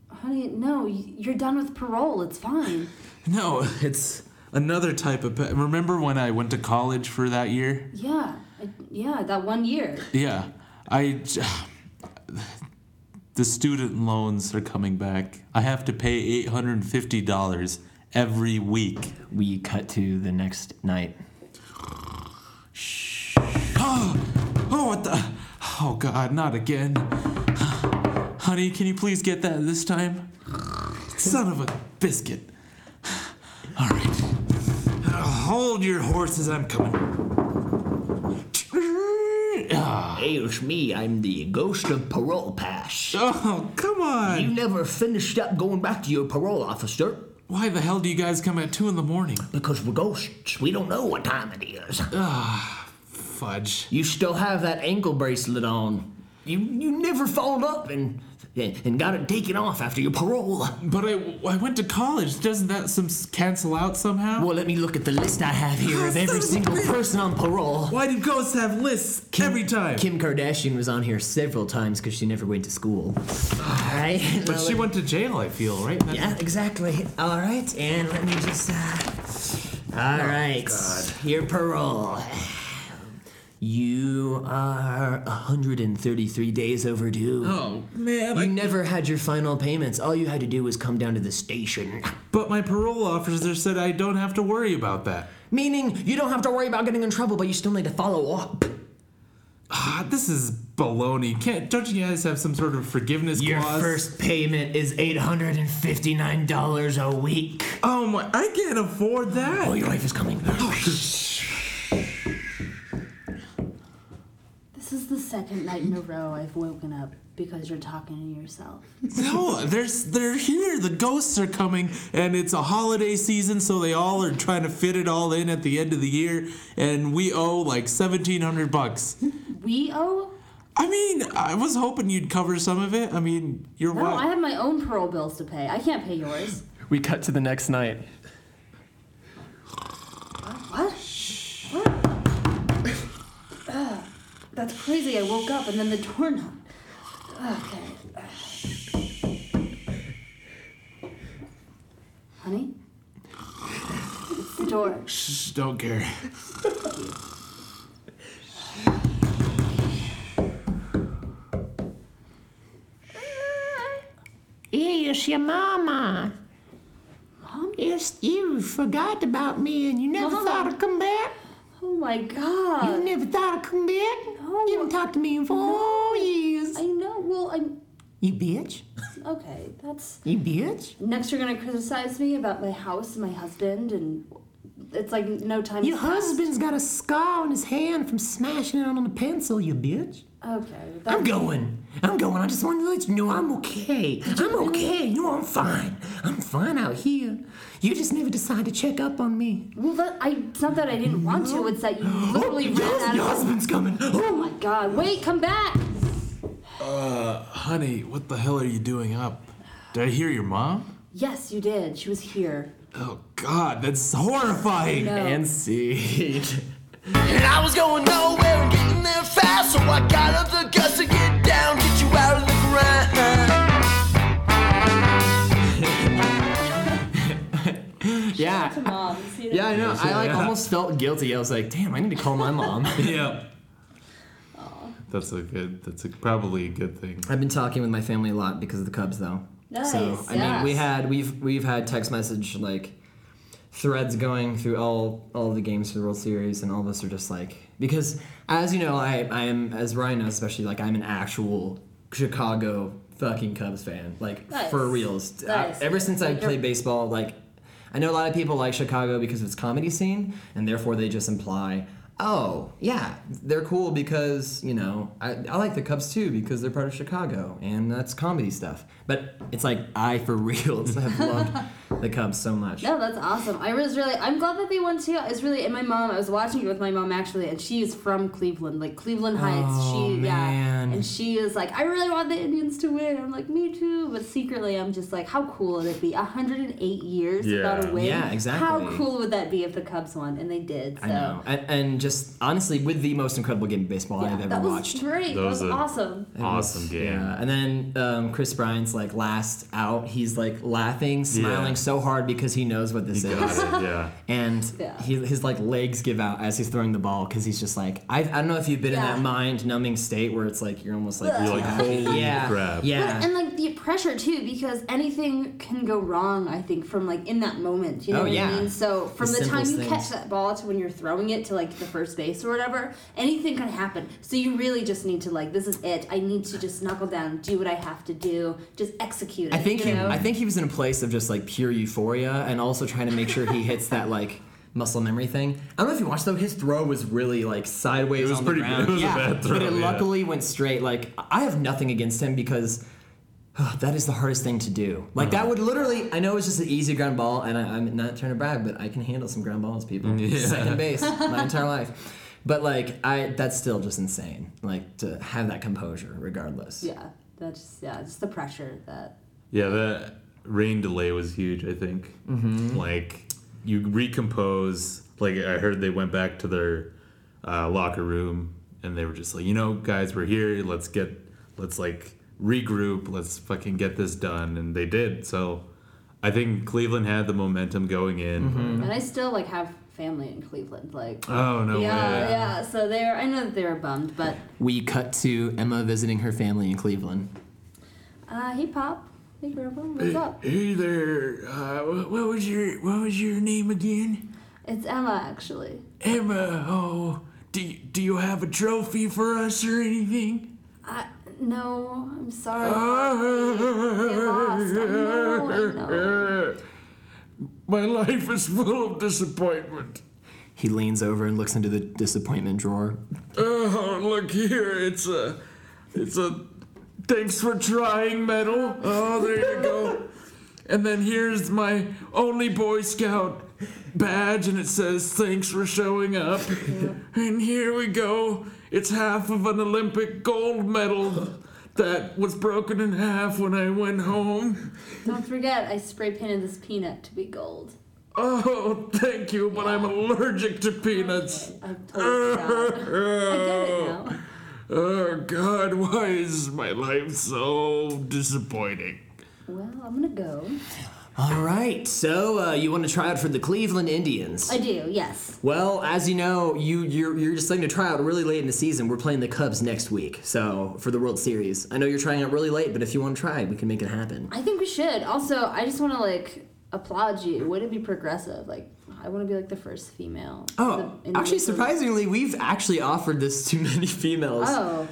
Speaker 2: Honey, no, y- you're done with parole. It's fine.
Speaker 3: No, it's another type of. Pa- Remember when I went to college for that year?
Speaker 2: Yeah, I, yeah, that one year.
Speaker 3: Yeah, I. j- The student loans are coming back. I have to pay eight hundred and fifty dollars every week.
Speaker 1: We cut to the next night.
Speaker 3: Oh, what the? Oh, God, not again. Honey, can you please get that this time? Son of a biscuit. All right. Uh, Hold your horses, I'm coming. Ah,
Speaker 1: Hey, it's me. I'm the ghost of parole pass.
Speaker 3: Oh, come on.
Speaker 1: never finished up going back to your parole officer
Speaker 3: Why the hell do you guys come at 2 in the morning?
Speaker 1: because we're ghosts. We don't know what time it is.
Speaker 3: Fudge.
Speaker 1: You still have that ankle bracelet on. You you never followed up and and got it taken off after your parole.
Speaker 3: But I, I went to college. Doesn't that some cancel out somehow?
Speaker 1: Well, let me look at the list I have here
Speaker 3: *laughs*
Speaker 1: of every single person on parole.
Speaker 3: Why do ghosts have lists every time?
Speaker 1: Kim Kardashian was on here several times because she never went to school. All right.
Speaker 6: But
Speaker 1: now
Speaker 6: she
Speaker 1: let-
Speaker 6: went to jail, I feel, right? That-
Speaker 1: Yeah, exactly. All right, and let me just. Uh,
Speaker 3: Oh,
Speaker 1: all right. Your parole. You are 133 days overdue.
Speaker 3: Oh, man.
Speaker 1: You
Speaker 3: I-
Speaker 1: never had your final payments. All you had to do was come down to the station.
Speaker 6: But my parole officer said I don't have to worry about that.
Speaker 1: Meaning, you don't have to worry about getting in trouble, but you still need to follow up.
Speaker 6: Ah, this is baloney. Can't don't you guys have some sort of forgiveness
Speaker 1: Your
Speaker 6: clause?
Speaker 1: first payment is $859 a week.
Speaker 6: Oh my! I can't afford
Speaker 1: Oh,
Speaker 6: that.
Speaker 1: your wife is coming.
Speaker 2: This is the second night in a row I've woken up because you're talking to yourself.
Speaker 3: No, they're, they're here. The ghosts are coming, and it's a holiday season, so they all are trying to fit it all in at the end of the year, and we owe like seventeen hundred bucks.
Speaker 2: We owe?
Speaker 3: I mean, I was hoping you'd cover some of it. I mean, you're
Speaker 2: No,
Speaker 3: what?
Speaker 2: I have my own parole bills to pay. I can't pay yours.
Speaker 7: We cut to the next night.
Speaker 2: What? What? Ugh, that's crazy. I woke up and then the door knocked. Okay. Honey? It's the door.
Speaker 3: Shh, don't care.
Speaker 8: Yes, your mama.
Speaker 2: Mom?
Speaker 8: Yes, you forgot about me and you never
Speaker 2: Mama.
Speaker 8: thought I'd come back.
Speaker 2: Oh my
Speaker 8: You
Speaker 2: god.
Speaker 8: never thought I'd come back.
Speaker 2: No.
Speaker 8: You haven't talked to me in four years.
Speaker 2: I know. Well, I'm.
Speaker 8: You bitch.
Speaker 2: Okay, that's.
Speaker 8: You bitch.
Speaker 2: Next, you're gonna criticize me about my house and my husband, and it's like no time.
Speaker 8: Your
Speaker 2: has passed.
Speaker 8: husband's got a scar on his hand from smashing it on a pencil, you bitch.
Speaker 2: Okay. That,
Speaker 8: I'm going. I'm going. I just wanted to let you know I'm okay. I'm okay. You know, I'm fine. I'm fine out here. You just never decide to check up on me.
Speaker 2: well, that, I. It's not that I didn't want to.
Speaker 8: *gasps*
Speaker 2: It's that you literally ran out
Speaker 8: Oh, Your
Speaker 2: of.
Speaker 8: husband's coming.
Speaker 2: Oh my god! Wait, come back.
Speaker 3: Honey, what the hell are you doing up? Did I hear your mom?
Speaker 2: Yes, you did. She was here.
Speaker 3: Oh God, that's horrifying.
Speaker 2: No.
Speaker 7: And
Speaker 2: *laughs*
Speaker 7: seed.
Speaker 9: And I was going nowhere and getting there fast, so I got up the guts to get down, get you out of the grind.
Speaker 1: yeah.
Speaker 2: Come on. see you
Speaker 1: Yeah, I know. I like
Speaker 6: Yeah.
Speaker 8: *laughs*
Speaker 1: almost felt guilty. I was like, damn, I need to call my mom.
Speaker 6: Yeah.
Speaker 3: That's a good. That's a, probably a good thing.
Speaker 1: I've been talking with my family a lot because of the Cubs, though.
Speaker 2: Nice,
Speaker 1: So I mean,
Speaker 2: yes.
Speaker 1: we had we've we've had text message like threads going through all all the games for the World Series, and all of us are just like because as you know, I I am as Ryan knows especially like I'm an actual Chicago fucking Cubs fan, like
Speaker 2: Nice.
Speaker 1: for reals.
Speaker 2: Nice.
Speaker 1: I- ever since I
Speaker 2: Like, you're-
Speaker 1: played baseball, like I know a lot of people like Chicago because of its comedy scene, and therefore they just imply. Oh yeah, they're cool because you know I, I like the Cubs too because they're part of Chicago and that's comedy stuff. But it's like I for *laughs* reals have loved the Cubs so much.
Speaker 2: No, that's awesome. I was really, I'm glad that they won too. It's really, and my mom, I was watching it with my mom actually, and she is from Cleveland, like Cleveland Heights.
Speaker 1: Oh,
Speaker 2: she,
Speaker 1: man.
Speaker 2: yeah. And she is like, I really want the Indians to win. I'm like, me too. But secretly, I'm just like, how cool would it be? 108 years without
Speaker 3: Yeah.
Speaker 2: a win.
Speaker 1: Yeah, exactly.
Speaker 2: How cool would that be if the Cubs won? And they did. So.
Speaker 1: I know, and, and just honestly, with the most incredible game of baseball
Speaker 2: Yeah,
Speaker 1: I've ever
Speaker 2: that was
Speaker 1: watched.
Speaker 2: great.
Speaker 3: That
Speaker 2: That was
Speaker 3: was a-
Speaker 2: awesome.
Speaker 3: Awesome game.
Speaker 1: Yeah, and then um, Chris Bryant's like last out. He's like laughing, smiling
Speaker 3: Yeah.
Speaker 1: so hard because he knows what this
Speaker 3: You
Speaker 1: is.
Speaker 3: got it. Yeah.
Speaker 1: And
Speaker 2: Yeah.
Speaker 1: he, his like legs give out as he's throwing the ball because he's just like I, I don't know if you've been
Speaker 2: Yeah.
Speaker 1: in that mind numbing state where it's like you're almost like
Speaker 3: You're like, holy
Speaker 1: yeah
Speaker 3: crap.
Speaker 1: yeah
Speaker 2: And like the pressure too, because anything can go wrong. I think from like in that moment, you know
Speaker 1: Oh,
Speaker 2: what
Speaker 1: yeah.
Speaker 2: I mean. So from
Speaker 1: The
Speaker 2: the, time you
Speaker 1: simplest
Speaker 2: catch
Speaker 1: things.
Speaker 2: that ball to when you're throwing it to like the first base or whatever, anything can happen. So you really just need to like, this is it. I need to just knuckle down, do what I have to do, just execute. It,
Speaker 1: I think
Speaker 2: you
Speaker 1: he,
Speaker 2: know?
Speaker 1: I think he was in a place of just like pure euphoria and also trying to make sure he hits that like muscle memory thing. I don't know if you watched though. His throw was really like sideways.
Speaker 3: It was
Speaker 1: on
Speaker 3: pretty-
Speaker 1: The ground.
Speaker 3: it was a
Speaker 1: yeah,
Speaker 3: bad throw,
Speaker 1: but it
Speaker 3: yeah.
Speaker 1: luckily went straight. Like I have nothing against him because. ah, that is the hardest thing to do. Like that
Speaker 3: Mm-hmm.
Speaker 1: would literally. I know it's just an easy ground ball, and I, I'm not trying to brag, but I can handle some ground balls, people.
Speaker 3: Mm, *laughs*
Speaker 1: Second base, my entire life. But like, I that's still just insane. Like to have that composure, regardless.
Speaker 2: yeah, that's just, yeah, just the pressure that.
Speaker 3: Yeah, that rain delay was huge, I think.
Speaker 2: Mm-hmm.
Speaker 3: Like, you recompose. Like, I heard they went back to their uh, locker room and they were just like, you know, guys, we're here. Let's get, let's like regroup. Let's fucking get this done. And they did. So I think Cleveland had the momentum going in.
Speaker 1: Mm-hmm.
Speaker 2: And I still like have family in Cleveland, like.
Speaker 3: Oh, no
Speaker 2: yeah,
Speaker 3: way.
Speaker 2: yeah. So they're. I know that they were bummed, but
Speaker 1: We cut to Emma visiting her family in Cleveland.
Speaker 2: uh, hey, pop, hey, grandpa, what's up?
Speaker 3: Hey there. Uh, what, what was your what was your name again?
Speaker 2: It's Emma, actually.
Speaker 3: Emma. Oh, do you, do you have a trophy for us or anything?
Speaker 2: I, no, I'm sorry. I lost. I know, I know.
Speaker 3: My life is full of disappointment.
Speaker 1: He leans over and looks into the disappointment drawer.
Speaker 3: Oh, look here. It's a it's a thanks for trying medal. Oh, there you go. And then here's my only Boy Scout badge and it says thanks for showing up. And here we go. It's half of an Olympic gold medal that was broken in half when I went home.
Speaker 2: Don't forget, I spray painted this peanut to be gold.
Speaker 3: Oh, thank you, but I'm allergic to peanuts.
Speaker 2: I totally forgot. I get it now.
Speaker 3: Oh, God, why is my life so disappointing?
Speaker 2: Well, I'm gonna go.
Speaker 1: All right, so uh, you want to try out for the Cleveland Indians?
Speaker 2: I do, yes.
Speaker 1: well, as you know, you you're, you're just starting to try out really late in the season. We're playing the Cubs next week, so for the World Series. I know you're trying out really late, but if you want to try, we can make it happen.
Speaker 2: I think we should. Also, I just want to like applaud you. Would it be progressive? Like, I want to be like the first female.
Speaker 1: Oh,
Speaker 2: the- in-
Speaker 1: actually, surprisingly, we've actually offered this to *laughs* many females.
Speaker 2: Oh,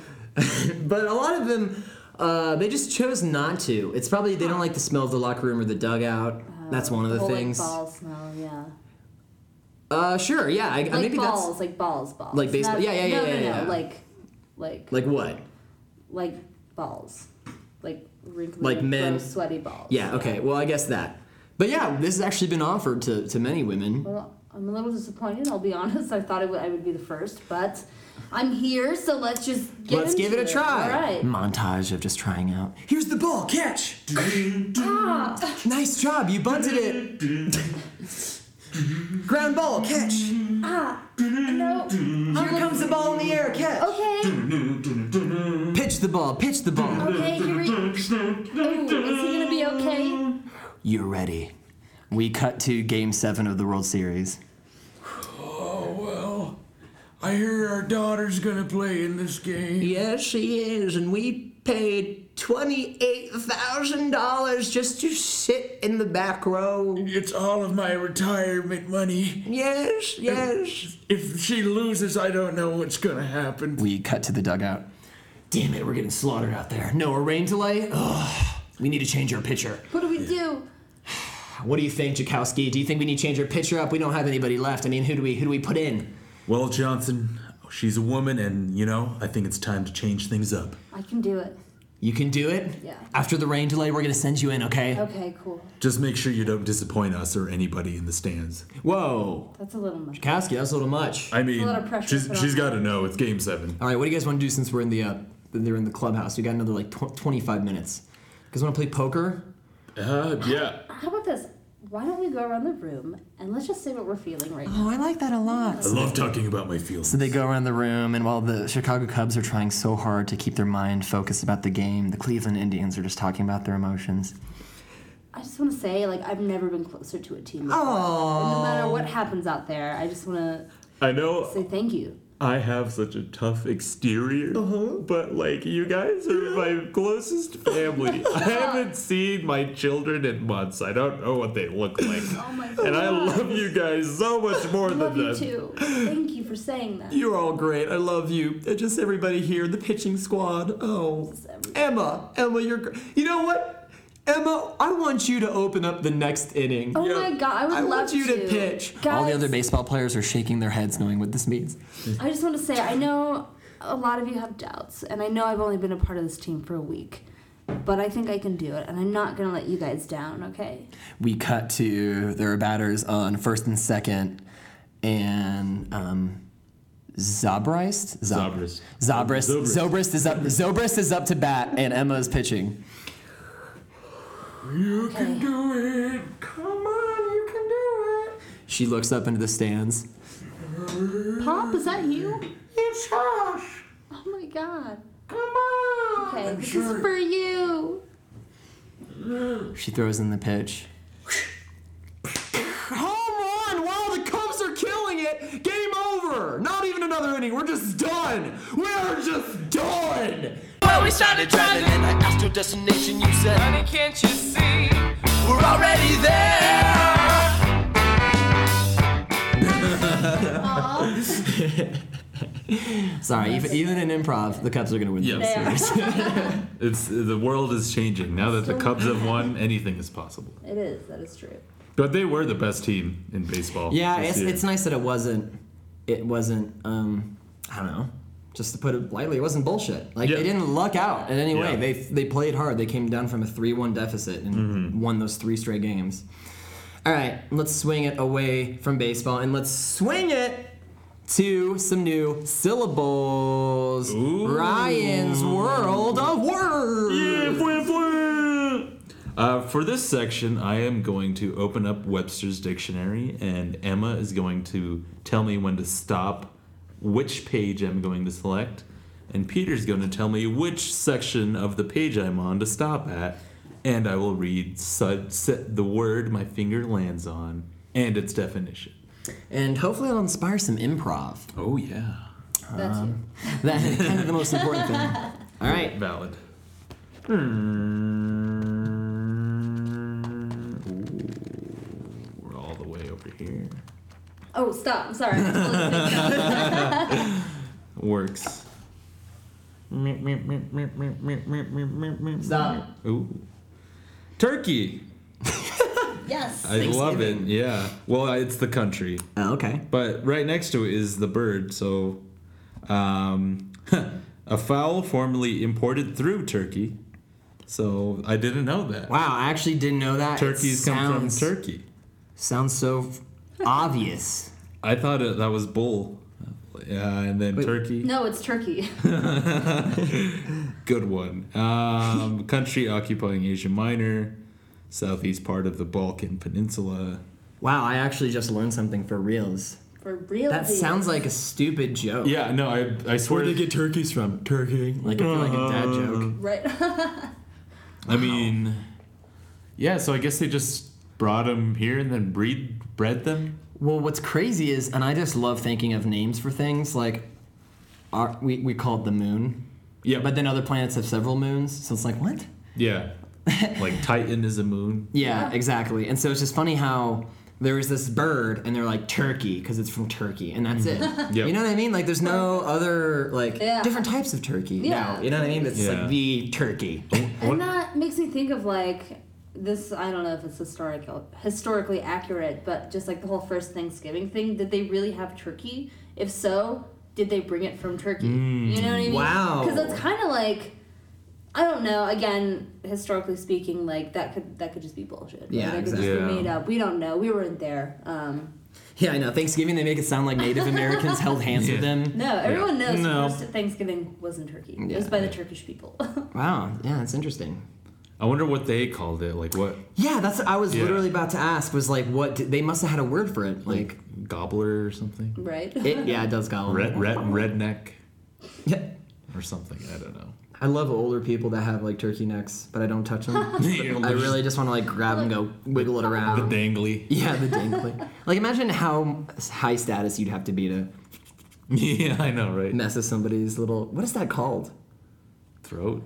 Speaker 1: but a lot of them uh, they just chose not to it's probably they don't like the smell of the locker room or the dugout that's one of the
Speaker 2: whole,
Speaker 1: things
Speaker 2: Oh, Like, ball smell, yeah.
Speaker 1: uh sure yeah I,
Speaker 2: Like
Speaker 1: maybe
Speaker 2: balls,
Speaker 1: that's
Speaker 2: like balls, balls.
Speaker 1: Like baseball- yeah, yeah, yeah,
Speaker 2: No,
Speaker 1: yeah,
Speaker 2: no,
Speaker 1: yeah.
Speaker 2: no. Like, like,
Speaker 1: like what
Speaker 2: like balls, like wrinkly,
Speaker 1: Like men-
Speaker 2: gross, sweaty balls.
Speaker 1: yeah okay well i guess that but yeah this has actually been offered to, to many women
Speaker 2: Well, I'm a little disappointed. I'll be *laughs* honest. I thought I would, I would be the first, but I'm here, so let's just get
Speaker 1: let's give it
Speaker 2: into
Speaker 1: a try Mm.
Speaker 2: All right.
Speaker 1: montage of just trying out here's the ball catch
Speaker 2: Ah,
Speaker 1: nice job you bunted it ground ball catch here
Speaker 2: ah, no.
Speaker 1: comes the ball in the air catch
Speaker 2: Okay,
Speaker 1: pitch the ball pitch the ball
Speaker 2: okay, here we. Ooh, is he gonna be okay?
Speaker 1: you're ready we cut to game seven of the world series
Speaker 3: Oh, well,
Speaker 10: I hear our daughter's gonna play in this game.
Speaker 11: Yes, she is, and we paid twenty-eight thousand dollars just to sit in the back row.
Speaker 10: It's all of my retirement money.
Speaker 11: Yes, yes.
Speaker 10: If she loses, I don't know what's gonna happen.
Speaker 1: We cut to the dugout. Damn it, we're getting slaughtered out there. No, a rain delay? Ugh. We need to change our pitcher.
Speaker 2: What do we do?
Speaker 1: What do you think, Jakowski? Do you think we need to change our pitcher up? We don't have anybody left. I mean, who do we who do we put in?
Speaker 3: Well, Johnson, she's a woman, and you know, I think it's time to change things up.
Speaker 2: I can do it.
Speaker 1: You can do it.
Speaker 2: Yeah.
Speaker 1: After the rain delay, we're gonna send you in, okay?
Speaker 2: Okay, cool.
Speaker 3: Just make sure you don't disappoint us or anybody in the stands.
Speaker 1: Whoa,
Speaker 2: That's a little much.
Speaker 1: Jakowski, that's a little much.
Speaker 3: I mean,
Speaker 2: a lot of pressure
Speaker 3: she's,
Speaker 2: put on
Speaker 3: she's
Speaker 2: her.
Speaker 3: got to know it's game seven.
Speaker 1: All right, what do you guys want to do since we're in the uh, they're in the clubhouse? We got another like tw- 25 minutes. You guys want to play poker?
Speaker 3: Uh, yeah.
Speaker 2: How about this? Why don't we go around the room and let's just say what we're feeling right now?
Speaker 1: Oh, I like that a lot.
Speaker 3: I love talking about my feelings.
Speaker 1: So they go around the room, and while the Chicago Cubs are trying so hard to keep their mind focused about the game, the Cleveland Indians are just talking about their emotions.
Speaker 2: I just want to say, like, I've never been closer to a team. Before. And no matter what happens out there, I just want to
Speaker 3: I know
Speaker 2: say thank you.
Speaker 3: I have such a tough exterior, but like you guys are my closest family. I haven't seen my children in months. I don't know what they look like.
Speaker 2: Oh my god.
Speaker 3: And I love you guys so much more than
Speaker 2: Love you
Speaker 3: them.
Speaker 2: too. Thank you for saying that.
Speaker 12: You're all great. I love you. And Just everybody here, the pitching squad. Oh, Emma, Emma, you're. Gr- you know what? Emma, I want you to open up the next inning.
Speaker 2: Oh my god, I would
Speaker 12: I
Speaker 2: love
Speaker 12: want you to pitch.
Speaker 2: Guys,
Speaker 1: All the other baseball players are shaking their heads, knowing what this means.
Speaker 2: I just want to say, I know a lot of you have doubts, and I know I've only been a part of this team for a week, but I think I can do it, and I'm not gonna let you guys down. Okay?
Speaker 1: We cut to there are batters on first and second, and um, Zobrist? Zob-
Speaker 3: Zobrist.
Speaker 1: Zobrist.
Speaker 3: Zobrist.
Speaker 1: Zobrist is up. Zobrist is up to bat, and Emma is pitching.
Speaker 10: You can do it. Come on, you can do it.
Speaker 1: She looks up into the stands.
Speaker 2: Pop, is that you?
Speaker 10: It's Hush.
Speaker 2: Oh my god.
Speaker 10: Come on.
Speaker 2: Okay,
Speaker 10: I'm
Speaker 2: this
Speaker 10: sure-
Speaker 2: is for you.
Speaker 1: She throws in the pitch.
Speaker 12: Home run while the Cubs are killing it. Game over. Not even another inning. We're just done. We're just done.
Speaker 5: Well, we started
Speaker 9: Driving
Speaker 5: driving.
Speaker 9: and I asked your destination, you said,
Speaker 5: Honey, can't you see?
Speaker 9: We're already there.
Speaker 1: Sorry, even, even in improv, the Cubs are going to win.
Speaker 3: Yes.
Speaker 1: this.
Speaker 2: *laughs*
Speaker 3: It's the world is changing now that the Cubs have won. Anything is possible.
Speaker 2: It is. That is true.
Speaker 3: But they were the best team in baseball.
Speaker 1: Yeah,
Speaker 3: this
Speaker 1: it's,
Speaker 3: year.
Speaker 1: it's nice that it wasn't. It wasn't. Um, I don't know. Just to put it lightly, it wasn't bullshit. Like
Speaker 3: Yeah.
Speaker 1: they didn't luck out in any way.
Speaker 3: Yeah.
Speaker 1: They they played hard. They came down from a three-one deficit and
Speaker 3: Mm-hmm.
Speaker 1: won those three straight games. All right, let's swing it away from baseball and let's swing it to some new syllables.
Speaker 3: Ooh.
Speaker 1: Ryan's world of words.
Speaker 3: Yeah, fwah, fwah. Uh, for this section, I am going to open up Webster's dictionary, and Emma is going to tell me when to stop, which page I'm going to select, and Peter's going to tell me which section of the page I'm on to stop at, and I will read su- set the word my finger lands on and its definition.
Speaker 1: And hopefully, it'll inspire some improv.
Speaker 3: Oh yeah,
Speaker 2: That's you.
Speaker 1: That's kind of the most important thing. All right.
Speaker 3: valid. Ooh, we're all the way over here.
Speaker 2: Oh, stop. I'm sorry. I totally mixed up.
Speaker 3: works.
Speaker 1: Stop.
Speaker 3: Ooh. Turkey.
Speaker 2: yes.
Speaker 3: I love it. Yeah. Well, it's the country.
Speaker 1: Oh, okay.
Speaker 3: But right next to it is the bird. So, um, *laughs* a fowl formerly imported through Turkey. So I didn't know that.
Speaker 1: Wow, I actually didn't know that. It
Speaker 3: Turkeys come from
Speaker 1: sounds-
Speaker 3: Turkey.
Speaker 1: Sounds
Speaker 2: *laughs*
Speaker 1: so f- obvious.
Speaker 3: I thought it, that was bull. Yeah, and then Turkey.
Speaker 2: No, it's turkey. *laughs*
Speaker 3: Good one. Um, *laughs* country occupying Asia Minor, southeast part of the Balkan Peninsula.
Speaker 1: Wow, I actually just learned something for reals.
Speaker 2: For real.
Speaker 1: That sounds like a stupid joke.
Speaker 3: Yeah, no, I, I swear. to
Speaker 12: get turkeys from? Turkey.
Speaker 1: Like I feel like a
Speaker 3: Uh-huh.
Speaker 1: dad
Speaker 3: Uh.
Speaker 1: joke.
Speaker 2: right.
Speaker 3: I mean, yeah. So I guess they just brought them here and then breed bred them.
Speaker 1: Well, what's crazy is, and I just love thinking of names for things like, our, we we call it the moon.
Speaker 3: Yeah.
Speaker 1: But then other planets have several moons, so it's like what?
Speaker 3: Yeah. like Titan is a moon.
Speaker 1: Yeah, exactly. And so it's just funny how there was this bird, and they're like turkey because it's from Turkey, and that's
Speaker 2: *laughs*
Speaker 1: it.
Speaker 3: Yep.
Speaker 1: You know what I mean? Like, there's no other like
Speaker 2: Yeah.
Speaker 1: different types of turkey.
Speaker 2: Yeah.
Speaker 1: Now, you know what I mean? That's just,
Speaker 3: Yeah.
Speaker 1: like the turkey.
Speaker 2: And that makes me think of like this. I don't know if it's historical, historically accurate, but just like the whole first Thanksgiving thing. Did they really have turkey? If so, did they bring it from Turkey? You know what I mean?
Speaker 1: Hmm. Wow.
Speaker 2: Because that's kind of like. I don't know. Again, historically speaking, like that could that could just be bullshit. Like,
Speaker 1: Yeah,
Speaker 2: that could just
Speaker 3: exactly.
Speaker 2: be
Speaker 3: Yeah.
Speaker 2: made up. We don't know. We weren't there. Um,
Speaker 1: Yeah, I know. Thanksgiving, they make it sound like Native Americans held hands with them.
Speaker 2: no, everyone knows
Speaker 3: No.
Speaker 2: the first Thanksgiving was in Turkey. It was
Speaker 1: Yeah.
Speaker 2: by the Turkish people. *laughs*
Speaker 1: Wow. Yeah, that's interesting.
Speaker 3: I wonder what they called it. Like what
Speaker 1: Yeah, that's I was
Speaker 3: Yeah.
Speaker 1: literally about to ask was like what did, they must have had a word for it like
Speaker 3: gobbler or something?
Speaker 2: right?
Speaker 1: it yeah it does go
Speaker 3: Red red redneck
Speaker 1: Yeah.
Speaker 3: or something. I don't know.
Speaker 1: I love older people that have like turkey necks but I don't touch them. *laughs*
Speaker 3: *laughs*
Speaker 1: I really just want to like grab and go wiggle it
Speaker 3: the
Speaker 1: around.
Speaker 3: dangly. *laughs*
Speaker 1: yeah, the dangly. like imagine how high status you'd have to be to
Speaker 3: yeah, I know, right?
Speaker 1: mess with somebody's little what is that called? *laughs*
Speaker 3: Throat.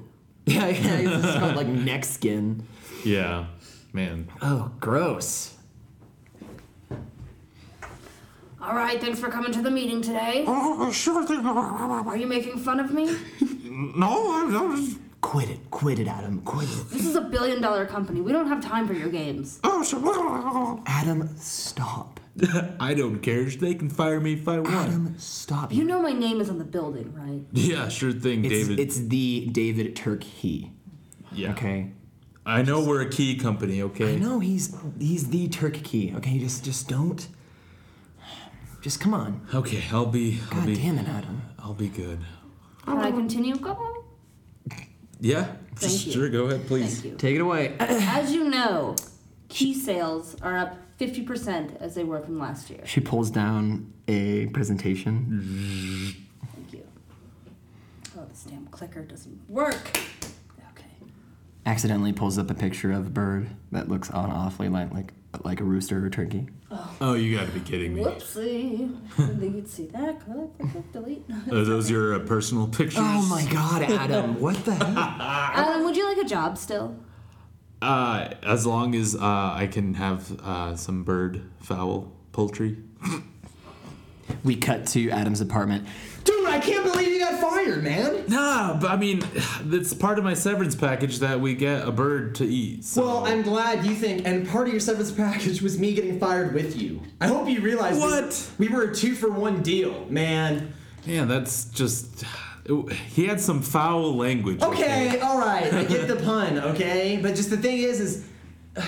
Speaker 1: Yeah, yeah, it's just called like neck skin.
Speaker 3: Yeah, man.
Speaker 1: Oh, gross.
Speaker 2: All right, thanks for coming to the meeting today.
Speaker 4: Oh, sure thing.
Speaker 2: Are you making fun of me?
Speaker 4: No, I'm not.
Speaker 1: Quit it. Quit it, Adam. Quit it.
Speaker 2: This is a billion dollar company. We don't have time for your games.
Speaker 4: Oh, sure.
Speaker 1: Adam, stop.
Speaker 3: *laughs* I don't care. They can fire me if I want.
Speaker 1: Adam, stop.
Speaker 2: You know my name is on the building, right?
Speaker 3: Yeah, sure thing,
Speaker 1: It's,
Speaker 3: David.
Speaker 1: it's the David Turkey.
Speaker 3: yeah.
Speaker 1: Okay.
Speaker 3: I know we're a key company, okay?
Speaker 1: No, he's he's the Turkey. Okay, just just don't. Just come on.
Speaker 3: Okay, I'll be I'll
Speaker 1: God
Speaker 3: be
Speaker 1: damn it, Adam.
Speaker 3: I'll be good.
Speaker 2: Can I continue? Go.
Speaker 3: Yeah.
Speaker 2: Thank you.
Speaker 3: sure, go ahead, please.
Speaker 2: Thank you.
Speaker 1: Take it away.
Speaker 2: As you know, key sales are up 50% as they were from last year.
Speaker 1: She pulls down a presentation.
Speaker 2: Thank you. Oh, this damn clicker doesn't work. Okay.
Speaker 1: Accidentally pulls up a picture of a bird that looks on awfully like like like a rooster or a turkey.
Speaker 3: Oh, you gotta be kidding me.
Speaker 2: Whoopsie. Didn't think you'd see that. Click, click, click, delete.
Speaker 3: Are those your uh, personal *laughs* pictures?
Speaker 1: Oh my God, Adam! what the hell?
Speaker 4: Ah.
Speaker 2: Adam, Um, would you like a job still?
Speaker 3: Uh, as long as uh, I can have uh, some bird, fowl, poultry.
Speaker 1: We cut to Adam's apartment. Dude, I can't believe you got fired, man.
Speaker 3: Nah, but I mean, *sighs* it's part of my severance package that we get a bird to eat. So.
Speaker 1: Well, I'm glad you think, and part of your severance package was me getting fired with you.
Speaker 12: I hope you realize we-
Speaker 3: What?
Speaker 12: We, were a two for one deal, man.
Speaker 3: yeah, that's just. *sighs* He had some foul language.
Speaker 12: Okay, all right, I get the pun, okay? But just the thing is, is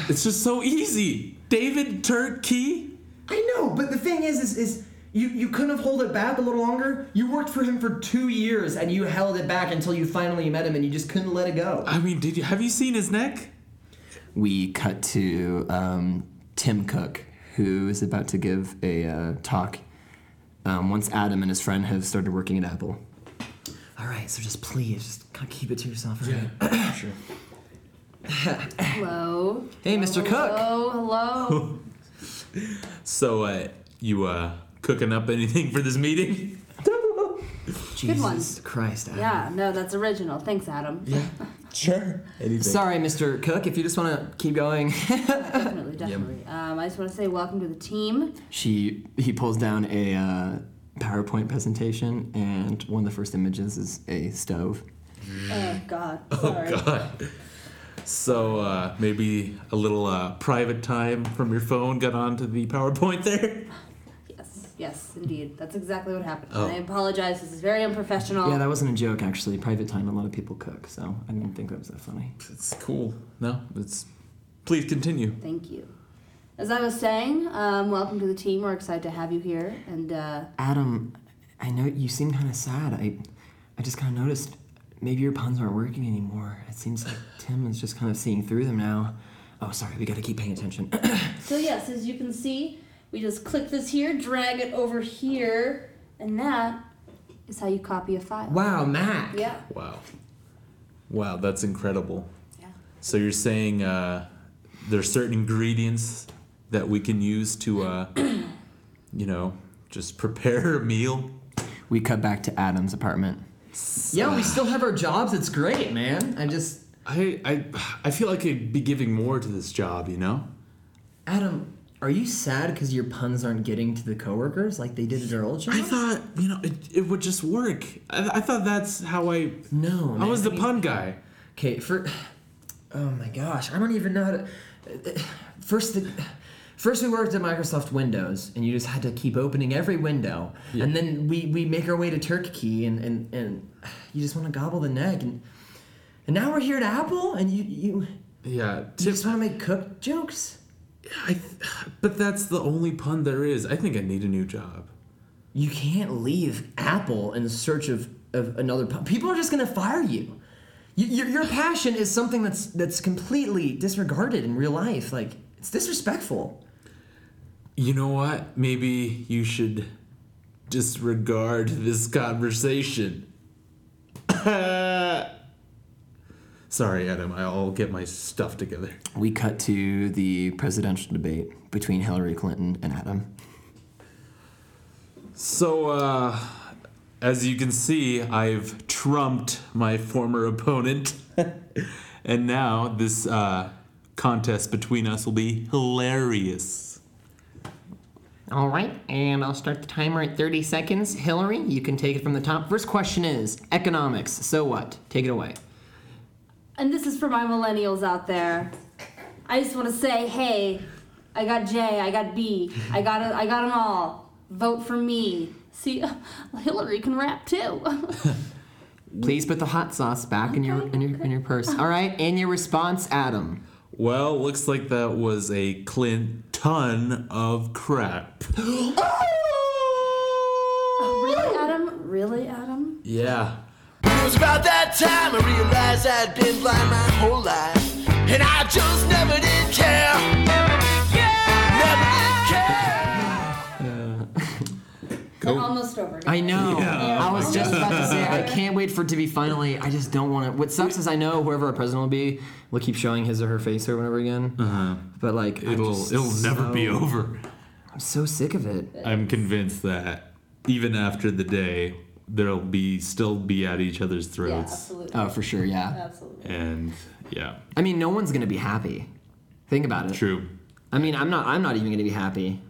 Speaker 3: It's just so easy. David Turkey?
Speaker 12: *laughs* I know, but the thing is, is, is you, you couldn't have held it back a little longer. You worked for him for two years and you held it back until you finally met him and you just couldn't let it go.
Speaker 3: I mean, did you have you seen his neck?
Speaker 1: we cut to um, Tim Cook, who is about to give a uh, talk um, once Adam and his friend have started working at Apple.
Speaker 12: All right, so just please, just kind of keep it to yourself. Right?
Speaker 3: sure.
Speaker 2: Hello.
Speaker 1: Hey, Mr. Cook!
Speaker 2: Hello, hello.
Speaker 3: So, uh, you uh, cooking up anything for this meeting? *laughs*
Speaker 2: Good one.
Speaker 1: Jesus Christ, Adam.
Speaker 2: Yeah, no, that's original. Thanks, Adam. Mm-hmm. Yeah.
Speaker 3: Sure. Anything.
Speaker 1: Sorry, Mr. Cook, if you just want to keep going. *laughs*
Speaker 2: Definitely, definitely. Um, I just want to say welcome to the team.
Speaker 1: she He pulls down a uh, PowerPoint presentation, and one of the first images is a stove.
Speaker 2: *laughs* Oh, God. Sorry.
Speaker 3: So uh, maybe a little uh, private time from your phone got onto the PowerPoint there. *laughs*
Speaker 2: Yes, yes, indeed. That's exactly what happened.
Speaker 3: Oh.
Speaker 2: And I apologize. This is very unprofessional.
Speaker 1: Yeah, that wasn't a joke, actually. Private time, a lot of people cook, so I didn't think that was that funny.
Speaker 3: It's cool. No, it's. Please continue.
Speaker 2: Thank you. As I was saying, um, welcome to the team. We're excited to have you here. And uh,
Speaker 1: Adam, I know you seem kind of sad. I, I just kind of noticed maybe your puns aren't working anymore. It seems like Tim is just kind of seeing through them now. Oh, sorry, we got to keep paying attention. *coughs*
Speaker 2: so, yes, as you can see, we just click this here, drag it over here, and that is how you copy a file.
Speaker 1: wow, Mac.
Speaker 2: Yeah.
Speaker 3: Wow. Wow, that's incredible.
Speaker 2: Yeah.
Speaker 3: So you're saying uh, *clears throat* there's certain ingredients that we can use to uh, you know, just prepare a meal.
Speaker 1: We cut back to Adam's apartment. Yeah, we still have our jobs. It's great, man. I just
Speaker 3: I I I feel like I'd be giving more to this job, you know?
Speaker 1: Adam, are you sad because your puns aren't getting to the coworkers like they did at our old job?
Speaker 3: I thought, you know, it, it would just work. I, I thought that's how I
Speaker 1: no.
Speaker 3: I was the pun guy.
Speaker 1: Okay, for oh my gosh, I don't even know how to. First, the first we worked at Microsoft Windows, and you just had to keep opening every window, and then we we make our way to Turkey, and and and you just want to gobble the neck, and and now we're here at Apple, and you you, you
Speaker 3: Yeah.
Speaker 1: just want to make cook jokes.
Speaker 3: I th- but that's the only pun there is. I think I need a new job.
Speaker 1: You can't leave Apple in search of, of another. pu- People are just going to fire you. Y- Your, your passion is something that's that's completely disregarded in real life. Like it's disrespectful.
Speaker 3: You know what? Maybe you should disregard this conversation. *coughs* Sorry, Adam. I'll get my stuff together.
Speaker 1: We cut to the presidential debate between Hillary Clinton and Adam.
Speaker 3: So, uh, as you can see, I've trumped my former opponent. *laughs* and now this uh, contest between us will be hilarious.
Speaker 11: All right, and I'll start the timer at 30 seconds. Hillary, you can take it from the top. First question is economics. So what? Take it away.
Speaker 2: And this is for my millennials out there. I just want to say, hey, I got J, I got B, I got a, I got them all. Vote for me. See, *laughs* Hillary can rap too. *laughs*
Speaker 1: Please put the hot sauce back in your in your in your purse. All right, and your response, Adam.
Speaker 3: Well, looks like that was a Clint ton of crap.
Speaker 2: really, Adam? Really, Adam?
Speaker 3: Yeah.
Speaker 9: When it was about that time I realized I'd been blind my whole life. And I just never did care. Never did care.
Speaker 2: We're Almost over.
Speaker 1: I know.
Speaker 2: Yeah.
Speaker 3: oh
Speaker 1: I was just about to say I can't wait for it to be finally. I just don't want it. What sucks is I know whoever our president will be will keep showing his or her face or whatever again. Uh-huh. But like I'm
Speaker 3: It'll
Speaker 1: just
Speaker 3: it'll never be
Speaker 1: so-
Speaker 3: over.
Speaker 1: I'm so sick of it.
Speaker 3: I'm convinced that even after the day, there'll be still be at each other's
Speaker 2: Yeah,
Speaker 3: throats.
Speaker 2: absolutely.
Speaker 1: Oh, for sure. Yeah.
Speaker 2: Absolutely.
Speaker 3: and yeah,
Speaker 1: I mean, no one's gonna be happy. Think about it.
Speaker 3: true.
Speaker 1: I mean, I'm not. I'm not even gonna be happy.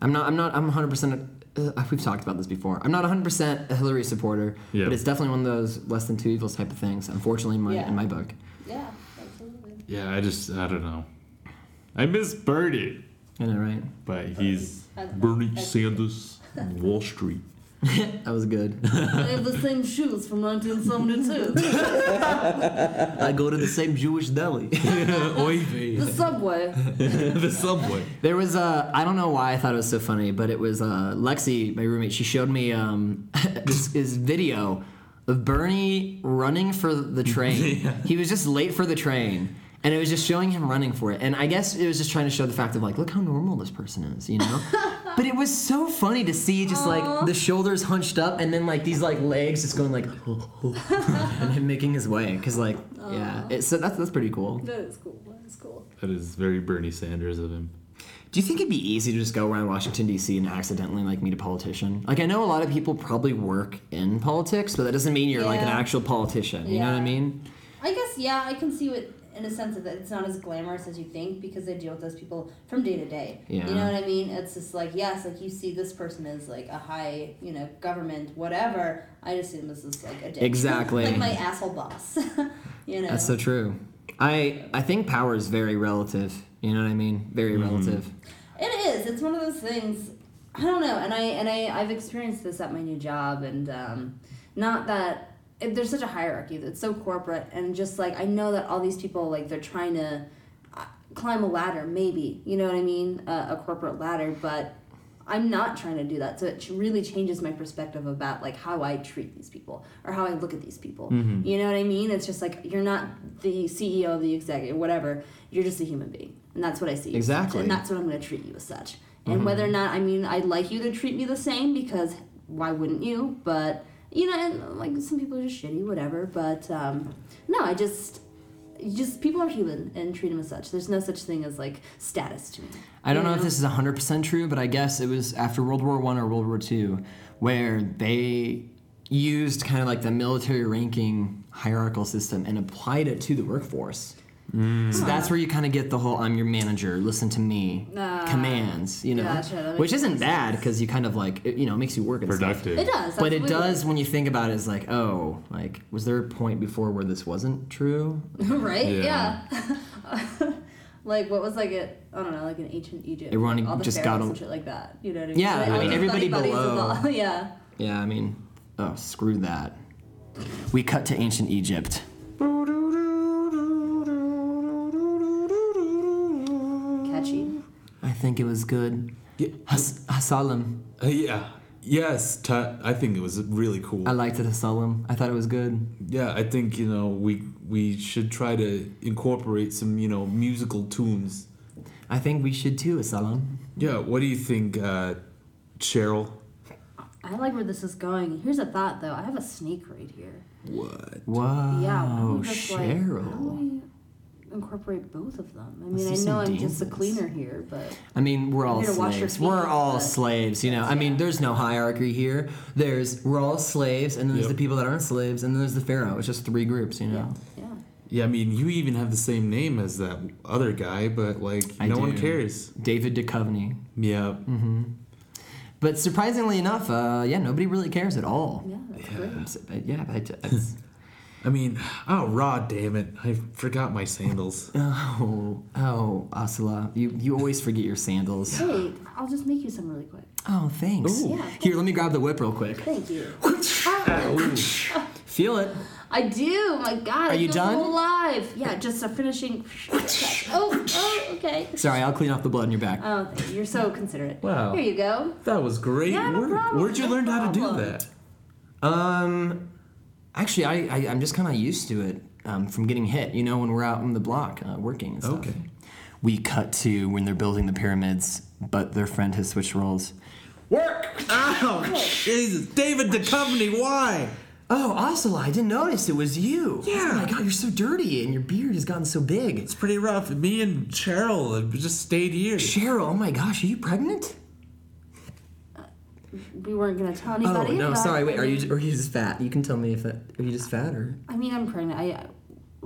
Speaker 1: I'm not. I'm not. I'm 100. percent uh, We've talked about this before. I'm not 100 percent a Hillary supporter,
Speaker 3: Yeah.
Speaker 1: but it's definitely one of those less than two evils type of things. Unfortunately, in my,
Speaker 2: Yeah.
Speaker 1: in my book.
Speaker 2: Yeah,
Speaker 1: *laughs*
Speaker 2: absolutely.
Speaker 3: Yeah, I just I don't know. I miss Bernie,
Speaker 1: I know, right? *coughs*
Speaker 3: but he's
Speaker 2: I-
Speaker 3: Bernie
Speaker 2: I-
Speaker 3: Sanders, on Wall Street.
Speaker 1: That was good.
Speaker 2: They have the same shoes from 1972.
Speaker 1: *laughs* I go to the same Jewish deli.
Speaker 3: *laughs* Oy *laughs*
Speaker 2: the
Speaker 3: vey.
Speaker 2: subway.
Speaker 3: the subway.
Speaker 1: There was a. I don't know why I thought it was so funny, but it was uh, Lexi, my roommate. She showed me um, *laughs* this, this video of Bernie running for the train. He was just late for the train, and it was just showing him running for it. And I guess it was just trying to show the fact of like, look how normal this person is, you know. but it was so funny to see just like the shoulders hunched up, and then like these like legs just going like, *laughs* and him making his way, because like, yeah. It, so that's that's pretty cool.
Speaker 2: That is cool. That is cool.
Speaker 3: That is very Bernie Sanders of him.
Speaker 1: Do you think it'd be easy to just go around Washington D.C. and accidentally like meet a politician? Like I know a lot of people probably work in politics, but that doesn't mean you're like an
Speaker 2: Yeah.
Speaker 1: actual politician. You know what I
Speaker 2: Yeah.
Speaker 1: mean?
Speaker 2: I guess yeah, I can see what in a sense that it's not as glamorous as you think because they deal with those people from day to day.
Speaker 1: Yeah.
Speaker 2: You know what I mean? It's just like yes, like you see this person as like a high, you know, government whatever. I just assume this is like a dick.
Speaker 1: Exactly.
Speaker 2: *laughs* like my asshole boss. *laughs* you know.
Speaker 1: That's so true. I I think power is very relative. You know what I mean? Very relative.
Speaker 2: It is. It's one of those things. I don't know, and I and I I've experienced this at my new job, and um, not that it, there's such a hierarchy that's so corporate, and just like I know that all these people like they're trying to uh, climb a ladder, maybe you know what I mean, uh, a corporate ladder, but I'm not trying to do that. So it ch- really changes my perspective about like how I treat these people or how I look at these people. You know what I mean? It's just like you're not the CEO, the executive, whatever. You're just a human being, and that's what I see. you as such,
Speaker 1: Exactly.
Speaker 2: and that's what I'm going to treat you as such. And whether or not, I mean, I'd like you to treat me the same because why wouldn't you? But you know, and, like some people are just shitty, whatever. But um, no, I just just people are human and treat them as such. There's no such thing as like status to me.
Speaker 1: I don't know if
Speaker 2: Yeah.
Speaker 1: this is 100% true, but I guess it was after World War One or World War Two, where they used kind of like the military ranking hierarchical system and applied it to the workforce.
Speaker 2: Hmm.
Speaker 1: So that's where you kind of get the whole "I'm your manager, listen to me"
Speaker 2: Ah,
Speaker 1: commands, you know,
Speaker 2: gotcha, that
Speaker 1: which
Speaker 2: makes
Speaker 1: isn't
Speaker 2: sense.
Speaker 1: bad because you kind of like it, you know makes you work and stuff.
Speaker 3: Productive.
Speaker 2: It does,
Speaker 1: but it
Speaker 2: absolutely.
Speaker 1: does when you think about it is like oh like was there a point before where this wasn't true?
Speaker 2: *laughs* right?
Speaker 3: Yeah.
Speaker 2: Yeah. *laughs* like what was like it? I don't know, like in ancient Egypt.
Speaker 1: Everyone
Speaker 2: like, all the
Speaker 1: just
Speaker 2: pharaohs
Speaker 1: got
Speaker 2: and
Speaker 1: a-
Speaker 2: shit like that. You know what I mean?
Speaker 1: Yeah,
Speaker 2: Like,
Speaker 1: I
Speaker 2: all
Speaker 1: mean,
Speaker 2: the
Speaker 1: everybody
Speaker 2: buddy buddies of
Speaker 1: below.
Speaker 2: all- *laughs* yeah.
Speaker 1: Yeah, I mean, oh screw that. We cut to ancient Egypt.
Speaker 2: Catchy.
Speaker 1: I think it was good.
Speaker 3: Yeah.
Speaker 1: Has- Hassalam.
Speaker 3: Uh, yeah. Yes, Ta- I think it was really cool.
Speaker 1: I liked it, Hassalam. I thought it was good.
Speaker 3: yeah, I think you know we we should try to incorporate some you know musical tunes.
Speaker 1: I think we should too, Hassalam.
Speaker 3: Yeah, what do you think, uh, Cheryl?
Speaker 2: I like where this is going. Here's a thought though. I have a snake right here.
Speaker 3: What?
Speaker 1: Wow,
Speaker 2: Yeah. I'm just like, oh. how
Speaker 1: Oh, Cheryl.
Speaker 2: do we incorporate both of them? I
Speaker 1: Let's
Speaker 2: mean, I
Speaker 1: do some
Speaker 2: know I'm just a
Speaker 1: dances.
Speaker 2: cleaner here, but
Speaker 1: I mean, we're all
Speaker 2: You're gonna wash your
Speaker 1: slaves. We're
Speaker 2: feet,
Speaker 1: all
Speaker 2: but-
Speaker 1: slaves, you know. I mean, there's no hierarchy here. There's we're all slaves, and then there's
Speaker 3: Yep.
Speaker 1: the people that aren't slaves, and then there's the pharaoh. It's just three groups, you know.
Speaker 2: yeah.
Speaker 3: Yeah, I mean you even have the same name as that other guy, but like
Speaker 1: I
Speaker 3: no one
Speaker 1: do.
Speaker 3: cares.
Speaker 1: David Duchovny.
Speaker 3: Yeah.
Speaker 1: But surprisingly enough, uh, yeah, nobody really cares at all.
Speaker 2: Yeah, that's great.
Speaker 1: So, but yeah, but it's,
Speaker 2: *laughs*
Speaker 3: I mean, oh, raw, damn it! I forgot my sandals.
Speaker 1: oh, oh, Asala, you, you always forget your sandals.
Speaker 2: Wait, I'll just make you some really quick.
Speaker 1: Oh, thanks.
Speaker 2: Yeah.
Speaker 1: Here, let me grab the whip real quick.
Speaker 2: Thank you.
Speaker 1: Feel it.
Speaker 2: I do. My God.
Speaker 1: Are you done?
Speaker 2: Alive. Yeah, just a finishing. *laughs* oh, oh, okay.
Speaker 1: Sorry, I'll clean off the blood on your back.
Speaker 2: Oh, thank you. you're so considerate.
Speaker 3: Wow.
Speaker 2: Here you go.
Speaker 3: That was great
Speaker 2: Yeah, no
Speaker 3: work.
Speaker 2: problem,
Speaker 3: Where'd you
Speaker 2: no
Speaker 3: learn how to do
Speaker 2: problem.
Speaker 3: that?
Speaker 1: Um, actually, I, I I'm just kind of used to it um, from getting hit. You know, when we're out on the block uh, working and stuff.
Speaker 3: Okay.
Speaker 1: We cut to when they're building the pyramids, but their friend has switched roles.
Speaker 3: Oh, Jesus, David Duchovny, why?
Speaker 1: Oh, Asala, I didn't notice it was you. Yeah. Oh my god, you're so dirty and your beard has gotten so big.
Speaker 3: It's pretty rough. Me and Cheryl have just stayed here.
Speaker 1: Cheryl, oh my gosh, are you pregnant?
Speaker 2: We weren't gonna tell anybody.
Speaker 1: oh no,
Speaker 2: but-
Speaker 1: sorry. Wait, are you are you just fat? You can tell me if that are you just fat or
Speaker 2: I mean, I'm pregnant. I,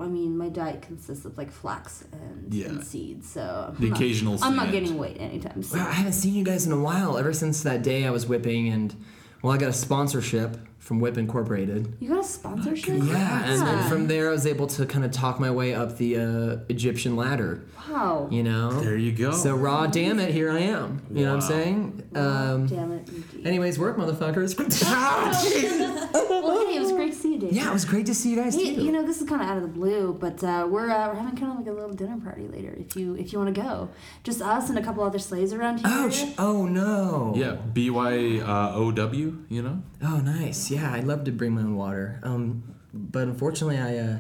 Speaker 2: I mean, my diet consists of like flax and,
Speaker 3: Yeah.
Speaker 2: and seeds, so
Speaker 3: The
Speaker 2: I'm not-
Speaker 3: occasional
Speaker 2: I'm not
Speaker 3: snack.
Speaker 2: gaining weight anytime soon.
Speaker 1: Wow, I haven't seen you guys in a while. Ever since that day I was whipping, and well, I got a sponsorship from Whip Incorporated.
Speaker 2: You got a sponsorship?
Speaker 1: Yeah, and then
Speaker 2: Yeah.
Speaker 1: from there I was able to kind of talk my way up the uh, Egyptian ladder.
Speaker 2: wow.
Speaker 1: You know.
Speaker 3: There you go.
Speaker 1: So raw, damn it, here I am. You know what I'm saying? Um,
Speaker 2: Damn it. Nikki.
Speaker 1: anyways, work, motherfuckers. *laughs*
Speaker 2: Well, hey, it was great to see you, Dave.
Speaker 1: yeah, it was great to see you guys
Speaker 2: Hey,
Speaker 1: too.
Speaker 2: you know, this is kind of out of the blue, but uh, we're uh, we're having kind of like a little dinner party later. If you if you want to go, just us and a couple other slaves around here.
Speaker 1: Oh, sh- oh no.
Speaker 3: yeah, B Y uh, O W. You know.
Speaker 1: Oh, nice. Yeah, I'd love to bring my own water. Um, but unfortunately, I, uh,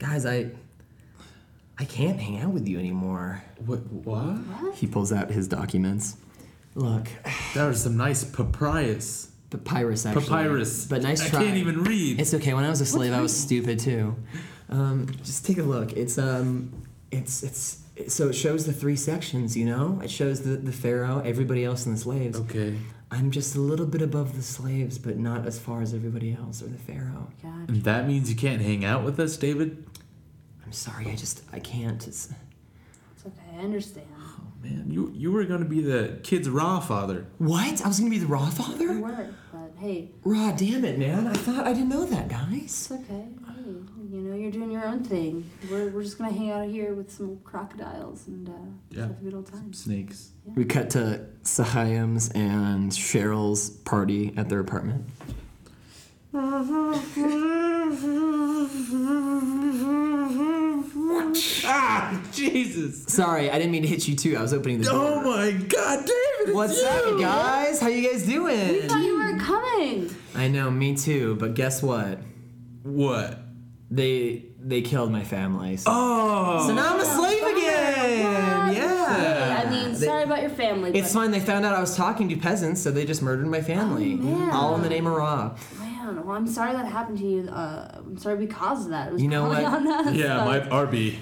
Speaker 1: guys, I, I can't hang out with you anymore.
Speaker 3: What? What?
Speaker 1: He pulls out his documents. Look,
Speaker 3: That was some nice papyrus.
Speaker 1: papyrus. Actually.
Speaker 3: Papyrus.
Speaker 1: But nice
Speaker 3: I
Speaker 1: try.
Speaker 3: can't even read.
Speaker 1: It's okay. When I was a slave, I was stupid too. Um, just take a look. It's um, it's it's. it- So it shows the three sections, you know. It shows the, the pharaoh, everybody else, and the slaves.
Speaker 3: okay.
Speaker 1: I'm just a little bit above the slaves, but not as far as everybody else or the pharaoh.
Speaker 2: God.
Speaker 3: And that means you can't hang out with us, David.
Speaker 1: I'm sorry, I just I can't. It's,
Speaker 2: It's okay, I understand.
Speaker 3: Man, you you were gonna be the kid's raw father.
Speaker 1: what? I was gonna be the raw
Speaker 2: It
Speaker 1: father?
Speaker 2: worked, but hey,
Speaker 1: Raw, damn it, man! I thought I didn't know that, guys.
Speaker 2: it's okay. Hey, you know, you're doing your own thing. We're, we're just gonna hang out here with some crocodiles and uh, just
Speaker 3: Yeah.
Speaker 2: have a good old time.
Speaker 3: Snakes.
Speaker 1: We cut to Sahayam's and Cheryl's party at their apartment.
Speaker 3: Ah, Jesus.
Speaker 1: Sorry, I didn't mean to hit you too. I was opening the
Speaker 3: Oh
Speaker 1: door.
Speaker 3: my God, David.
Speaker 1: What's
Speaker 3: it's you.
Speaker 1: up, guys? How you guys
Speaker 2: I
Speaker 1: doing?
Speaker 2: thought you weren't coming.
Speaker 1: I know, me too. But guess what?
Speaker 3: What?
Speaker 1: They they killed my family. So,
Speaker 3: Oh.
Speaker 1: so now I'm a slave again. Yeah.
Speaker 2: I mean, sorry about your family.
Speaker 1: Uh, It's
Speaker 2: but
Speaker 1: fine. They found out I was talking to peasants, so they just murdered my family.
Speaker 2: Oh, man.
Speaker 1: All in the name of Ra.
Speaker 2: man. down. Well, I'm sorry that happened to you. Uh, I'm sorry we caused that. It was
Speaker 1: You know
Speaker 2: probably
Speaker 1: what?
Speaker 2: on us.
Speaker 3: Yeah, my RB.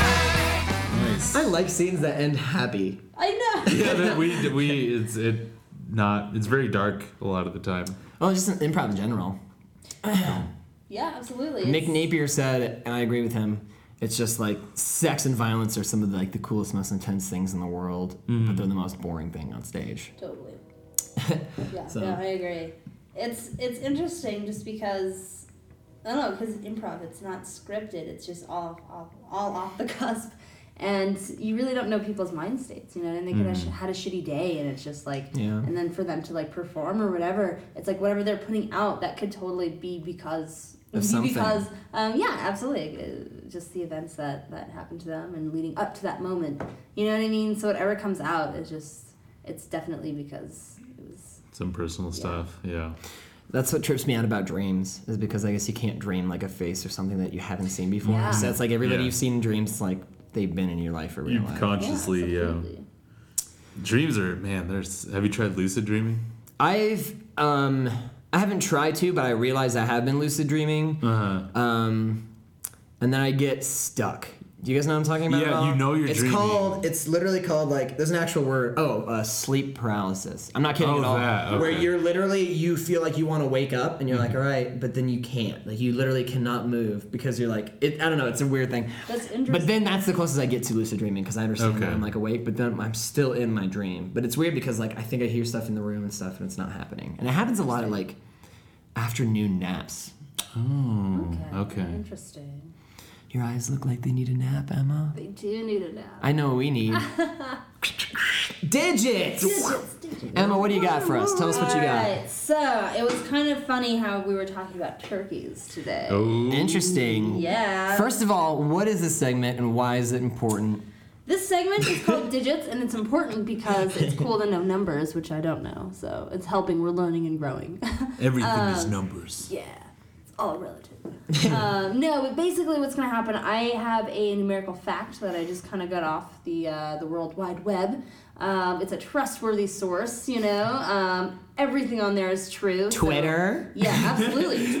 Speaker 3: Nice.
Speaker 1: I like scenes that end happy.
Speaker 2: I know.
Speaker 3: Yeah, that we we it's it not it's very dark a lot of the time.
Speaker 1: Well, just in improv in general.
Speaker 2: *laughs* Yeah, absolutely.
Speaker 1: Nick
Speaker 2: It's-
Speaker 1: Napier said, and I agree with him. It's just like sex and violence are some of the, like the coolest, most intense things in the world, but they're the most boring thing on stage.
Speaker 2: Totally. Yeah, no, I agree. It's it's interesting just because I don't know because improv it's not scripted. It's just all off, all off the *laughs* cusp, and you really don't know people's mind states. You know, and they could have sh- had a shitty day, and it's just like,
Speaker 1: Yeah.
Speaker 2: and then for them to like perform or whatever, it's like whatever they're putting out that could totally be because.
Speaker 1: Of
Speaker 2: be
Speaker 1: something.
Speaker 2: Because, um, yeah, absolutely. Uh, Just the events that, that happened to them and leading up to that moment. You know what I mean? So whatever comes out is just, it's definitely because it was
Speaker 3: Some personal stuff. Yeah.
Speaker 1: That's what trips me out about dreams, is because I guess you can't dream like a face or something that you haven't seen before.
Speaker 2: Yeah.
Speaker 1: So it's like everybody
Speaker 3: Yeah.
Speaker 1: you've seen in dreams, it's like they've been in your life or real
Speaker 3: You
Speaker 1: life.
Speaker 3: consciously
Speaker 2: yeah,
Speaker 3: yeah.
Speaker 2: absolutely.
Speaker 3: Dreams are man, there's have you tried lucid dreaming?
Speaker 1: I've um I haven't tried to, but I realize I have been lucid dreaming.
Speaker 3: Uh-huh.
Speaker 1: Um, and then I get stuck. Do you guys know what I'm talking about?
Speaker 3: Yeah,
Speaker 1: at all?
Speaker 3: you know you're
Speaker 1: It's
Speaker 3: dreaming.
Speaker 1: called. It's literally called like. There's an actual word. Oh, uh, sleep paralysis. I'm not kidding
Speaker 3: Oh,
Speaker 1: at all.
Speaker 3: that,
Speaker 1: Where
Speaker 3: okay. Mm-hmm.
Speaker 1: you're literally you feel like you want to wake up and you're like, all right, but then you can't. Like you literally cannot move because you're like, it, I don't know. It's a weird thing.
Speaker 2: That's
Speaker 1: But
Speaker 2: interesting.
Speaker 1: then that's the closest I get to lucid dreaming because I understand that
Speaker 3: Okay.
Speaker 1: I'm like awake, but then I'm still in my dream. But it's weird because like I think I hear stuff in the room and stuff, and it's not happening. And it happens a lot at like afternoon naps.
Speaker 3: Mm, Okay.
Speaker 2: Interesting.
Speaker 1: Your eyes look like they need a nap, Emma.
Speaker 2: They do need a nap.
Speaker 1: I know what
Speaker 3: *laughs*
Speaker 1: we need. Digits! Emma, what do you got for us? Tell us what you got.
Speaker 2: Alright, so it was kind of funny how we were talking about turkeys today.
Speaker 3: Oh
Speaker 1: Interesting.
Speaker 2: Yeah.
Speaker 1: First of all, what is this segment and why is it important?
Speaker 2: This segment is called *laughs* Digits, and it's important because it's cool to know numbers, which I don't know. So it's helping. We're learning and growing. *laughs*
Speaker 3: everything is numbers.
Speaker 2: Yeah, it's all relative. *laughs* um, no, but basically, what's going to happen? I have a numerical fact that I just kind of got off the uh, the World Wide Web. Um, it's a trustworthy source, you know. Um, everything on there is true. so-
Speaker 1: Twitter?
Speaker 2: yeah, absolutely.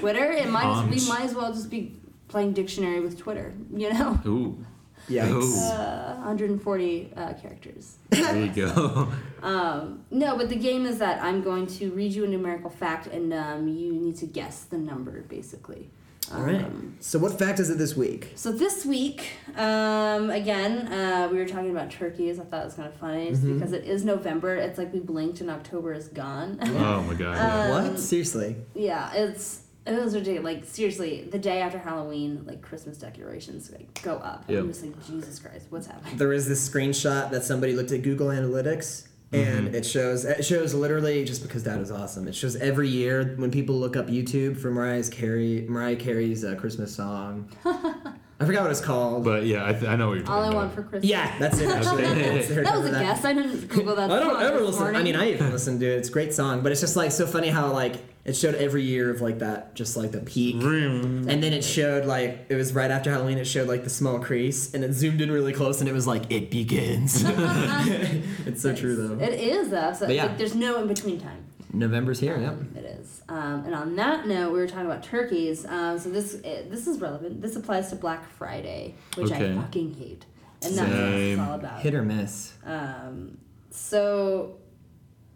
Speaker 1: *laughs*
Speaker 2: Twitter. It might as,
Speaker 3: Arms.
Speaker 2: we might as well just be playing dictionary with Twitter, you know.
Speaker 3: Ooh.
Speaker 1: Yikes.
Speaker 3: Oh.
Speaker 2: Uh, 140 uh, characters.
Speaker 3: There you *laughs* go.
Speaker 2: No, but the game is that I'm going to read you a numerical fact, and um, you need to guess the number, basically.
Speaker 1: All right. So, what fact is it this week?
Speaker 2: So this week, um, again, uh, we were talking about turkeys. I thought it was kind of funny just because it is November. It's like we blinked and October is gone. *laughs*
Speaker 3: oh my god.
Speaker 2: Uh,
Speaker 3: yeah.
Speaker 1: what? Seriously.
Speaker 2: yeah, it's it was ridiculous. Like seriously, the day after Halloween, like Christmas decorations like go up.
Speaker 3: Yep.
Speaker 2: I'm just like, Jesus Christ, what's happening?
Speaker 1: There is this screenshot that somebody looked at Google Analytics.
Speaker 2: Mm-hmm.
Speaker 1: And it shows it shows literally just because that is awesome. It shows every year when people look up YouTube for Mariah Carey Mariah Carey's uh, Christmas song.
Speaker 2: *laughs*
Speaker 1: I forgot what it's called.
Speaker 3: But yeah, I, th- I know what you're
Speaker 2: All
Speaker 3: talking
Speaker 2: I
Speaker 3: about.
Speaker 2: want for Christmas.
Speaker 1: Yeah, that's
Speaker 2: *laughs*
Speaker 1: it. Actually, It's there,
Speaker 2: That was a
Speaker 1: cover
Speaker 2: guess. I didn't Google
Speaker 1: *laughs*
Speaker 2: that.
Speaker 1: I don't
Speaker 2: song
Speaker 1: ever
Speaker 2: this
Speaker 1: listen. I
Speaker 2: morning.
Speaker 1: mean, I even listen to it. It's a great song, but it's just like so funny how like it showed every year of like that, just like the peak, and then it showed like it was right after Halloween. It showed like the small crease, and it zoomed in really close, and it was like it
Speaker 2: *laughs*
Speaker 1: begins. *laughs* it's so true though.
Speaker 2: It is though. So
Speaker 1: But yeah.
Speaker 2: like, there's no in between time.
Speaker 1: November's here. Yep.
Speaker 2: It is. Um, and on that note, we were talking about turkeys. Um, so this eh, this is relevant. This applies to Black Friday, which
Speaker 3: Okay.
Speaker 2: I fucking hate, and that's what this is
Speaker 3: Same.
Speaker 2: all about.
Speaker 1: Hit or miss.
Speaker 2: Um, so,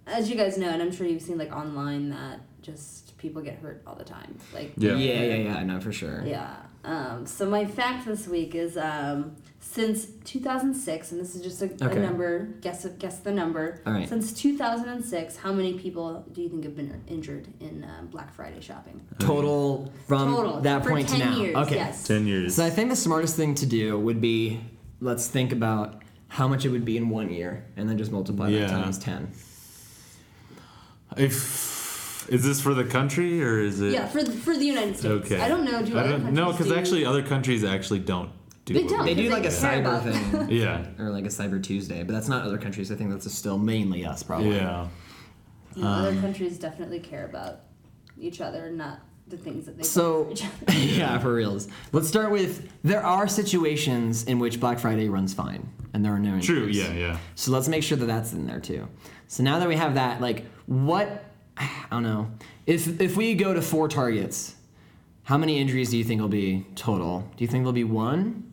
Speaker 2: as you guys know, and I'm sure you've seen like online that just people get hurt all the time. Like
Speaker 3: Yeah.
Speaker 1: yeah, yeah, yeah. No, for sure.
Speaker 2: yeah. Um, so my fact this week is um, since 2006, and this is just a,
Speaker 1: Okay.
Speaker 2: a number. Guess guess the number.
Speaker 1: All right.
Speaker 2: Since 2006, how many people do you think have been injured in um, Black Friday shopping?
Speaker 1: Total from
Speaker 2: Total.
Speaker 1: Um, that
Speaker 2: for
Speaker 1: point
Speaker 2: 10
Speaker 1: to now.
Speaker 2: Years,
Speaker 1: okay.
Speaker 2: Yes.
Speaker 3: Ten years.
Speaker 1: So I think the smartest thing to do would be let's think about how much it would be in one year, and then just multiply
Speaker 3: Yeah.
Speaker 1: that times ten.
Speaker 3: If, is this for the country or is it?
Speaker 2: Yeah, for the, for the United States.
Speaker 3: Okay.
Speaker 2: I don't know. Do
Speaker 3: I
Speaker 2: other
Speaker 3: don't no,
Speaker 2: countries
Speaker 3: because
Speaker 2: do-
Speaker 3: actually other countries actually don't do.
Speaker 2: They
Speaker 3: what
Speaker 2: don't.
Speaker 3: we
Speaker 1: They do like a
Speaker 2: care
Speaker 1: cyber
Speaker 2: about
Speaker 1: thing,
Speaker 3: Yeah.
Speaker 1: or like a Cyber Tuesday, but that's not other countries. I think that's just still mainly us,
Speaker 12: *laughs*
Speaker 1: probably.
Speaker 3: Yeah.
Speaker 2: You know,
Speaker 1: Um,
Speaker 2: other countries definitely care about each other, not the things that they.
Speaker 1: So,
Speaker 2: do for each other. *laughs*
Speaker 1: yeah, for reals. Let's start with there are situations in which Black Friday runs fine.
Speaker 12: and there are no injuries.
Speaker 3: True, yeah, yeah.
Speaker 12: So let's make sure that that's in there too. So now that we have that, like, what? *sighs* I don't know. If if we go to four targets, how many injuries do you think will be total? Do you think there'll be one?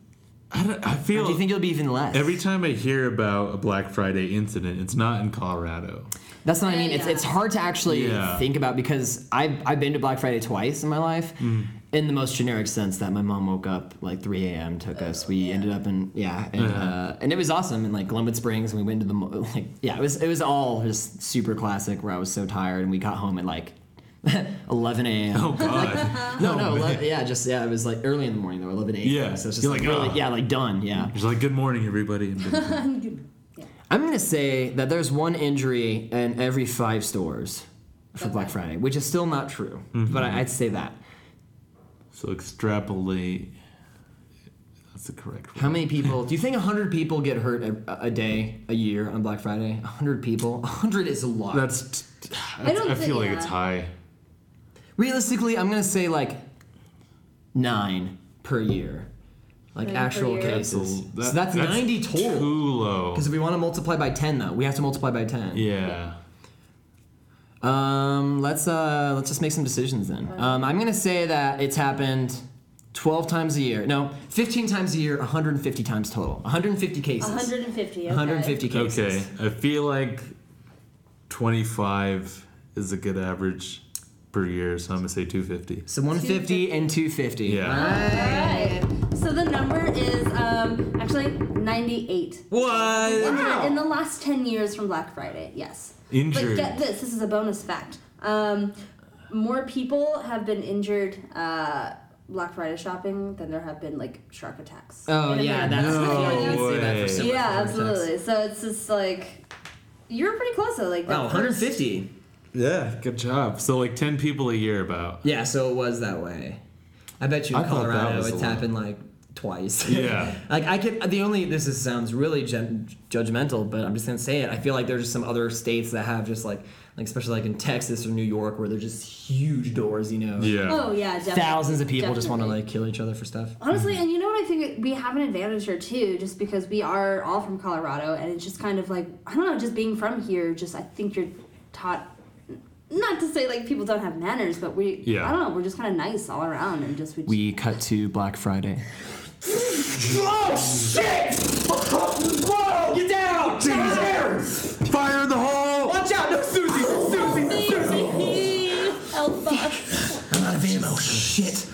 Speaker 3: I, don't, I
Speaker 12: Or
Speaker 3: feel
Speaker 12: do you think it'll be even less?
Speaker 3: every time I hear about a Black Friday incident, it's not in Colorado.
Speaker 12: That's what I mean. It's
Speaker 2: Yeah.
Speaker 12: it's hard to actually
Speaker 3: Yeah.
Speaker 12: think about because I've I've been to Black Friday twice in my life,
Speaker 3: Mm-hmm.
Speaker 12: in the most generic sense that my mom woke up like 3 a.m. took
Speaker 2: Oh,
Speaker 12: us. We ended up in yeah, and,
Speaker 3: Uh-huh.
Speaker 12: uh, and it was awesome in like Glenwood Springs. And we went to the mo- like yeah, it was it was all just super classic. Where I was so tired and we got home at like *laughs* 11 a.m.
Speaker 3: Oh
Speaker 2: *laughs*
Speaker 3: God!
Speaker 12: no, no, ele- yeah, just yeah, it was like early in the morning though, 11 a.m.
Speaker 3: Yeah.
Speaker 12: so it's just
Speaker 3: You're
Speaker 12: like,
Speaker 3: like,
Speaker 12: really
Speaker 3: "Ugh."
Speaker 12: yeah, like done, yeah.
Speaker 3: It's like good morning, everybody. and good night."
Speaker 12: I'm gonna say that there's one injury in every five stores for Black Friday, which is still not true,
Speaker 3: Mm-hmm.
Speaker 12: but I, I'd say that.
Speaker 3: *laughs* so extrapolate. That's the correct.
Speaker 12: How many people? do you think 100 people get hurt a, a day, a year on Black Friday? 100 people? 100 is a lot.
Speaker 3: That's. t- t- that's-
Speaker 2: don't
Speaker 3: I
Speaker 2: thi-
Speaker 3: feel like
Speaker 2: yeah.
Speaker 3: it's high.
Speaker 12: Realistically, I'm gonna say like nine per year, like
Speaker 2: Nine per
Speaker 12: actual
Speaker 2: year.
Speaker 3: That's a-
Speaker 12: cases.
Speaker 3: that-
Speaker 12: so that's, 90 total.
Speaker 3: Too low.
Speaker 12: Because if we want to multiply by 10, though, we have to multiply by 10.
Speaker 3: Yeah.
Speaker 12: Um, let's uh, let's just make some decisions then. Um, I'm gonna say that it's happened 12 times a year. No, 15 times a year, 150 times total. 150 cases.
Speaker 2: 150. Okay.
Speaker 12: 150 cases.
Speaker 3: Okay. I feel like 25 is a good average per year, so I'm gonna say 250.
Speaker 12: So 150 and 250.
Speaker 3: Yeah.
Speaker 2: All right. So the number is um, actually 98.
Speaker 3: What?
Speaker 2: Yeah, in the last 10 years from Black Friday, yes.
Speaker 3: Injured.
Speaker 2: But get this, this is a bonus fact. Um, more people have been injured uh, Black Friday shopping than there have been like shark attacks.
Speaker 12: Oh
Speaker 2: In
Speaker 12: yeah,
Speaker 2: America.
Speaker 12: that's I feel like you
Speaker 3: No
Speaker 12: can say that for
Speaker 3: way.
Speaker 12: so much
Speaker 2: yeah,
Speaker 12: context.
Speaker 2: absolutely. So it's just like you're pretty close though. Like
Speaker 12: Wow,
Speaker 2: that first-
Speaker 12: 150.
Speaker 3: Yeah. Good job. So like 10 people a year,
Speaker 2: Oh,
Speaker 3: about.
Speaker 12: Yeah, so it was that way. I bet you in
Speaker 3: I thought that
Speaker 12: Colorado
Speaker 3: was a
Speaker 12: it's
Speaker 3: lot.
Speaker 12: happened like
Speaker 3: *laughs*
Speaker 12: twice.
Speaker 3: Yeah.
Speaker 12: *laughs* like I could the only this is, sounds really gen, judgmental, but I'm just gonna say it. I feel like there's just some other states that have just like like especially like in Texas or New York where they're just huge doors, you know.
Speaker 3: Yeah.
Speaker 2: Oh yeah, definitely.
Speaker 12: Thousands of people just want to
Speaker 2: Definitely.
Speaker 12: like kill each other for stuff.
Speaker 2: Honestly,
Speaker 3: Mm-hmm.
Speaker 2: and you know what I think we have an advantage here too, just because we are all from Colorado, and it's just kind of like I don't know, just being from here, just I think you're taught not to say like people don't have manners, but we
Speaker 3: Yeah.
Speaker 2: I don't know, we're just kind of nice all around, and just we,
Speaker 12: We cut to Black Friday.
Speaker 13: Oh shit! Whoa! Get down! Get down!
Speaker 3: Fire in the hole!
Speaker 13: Watch out! No, Susie! Susie!
Speaker 12: Shit.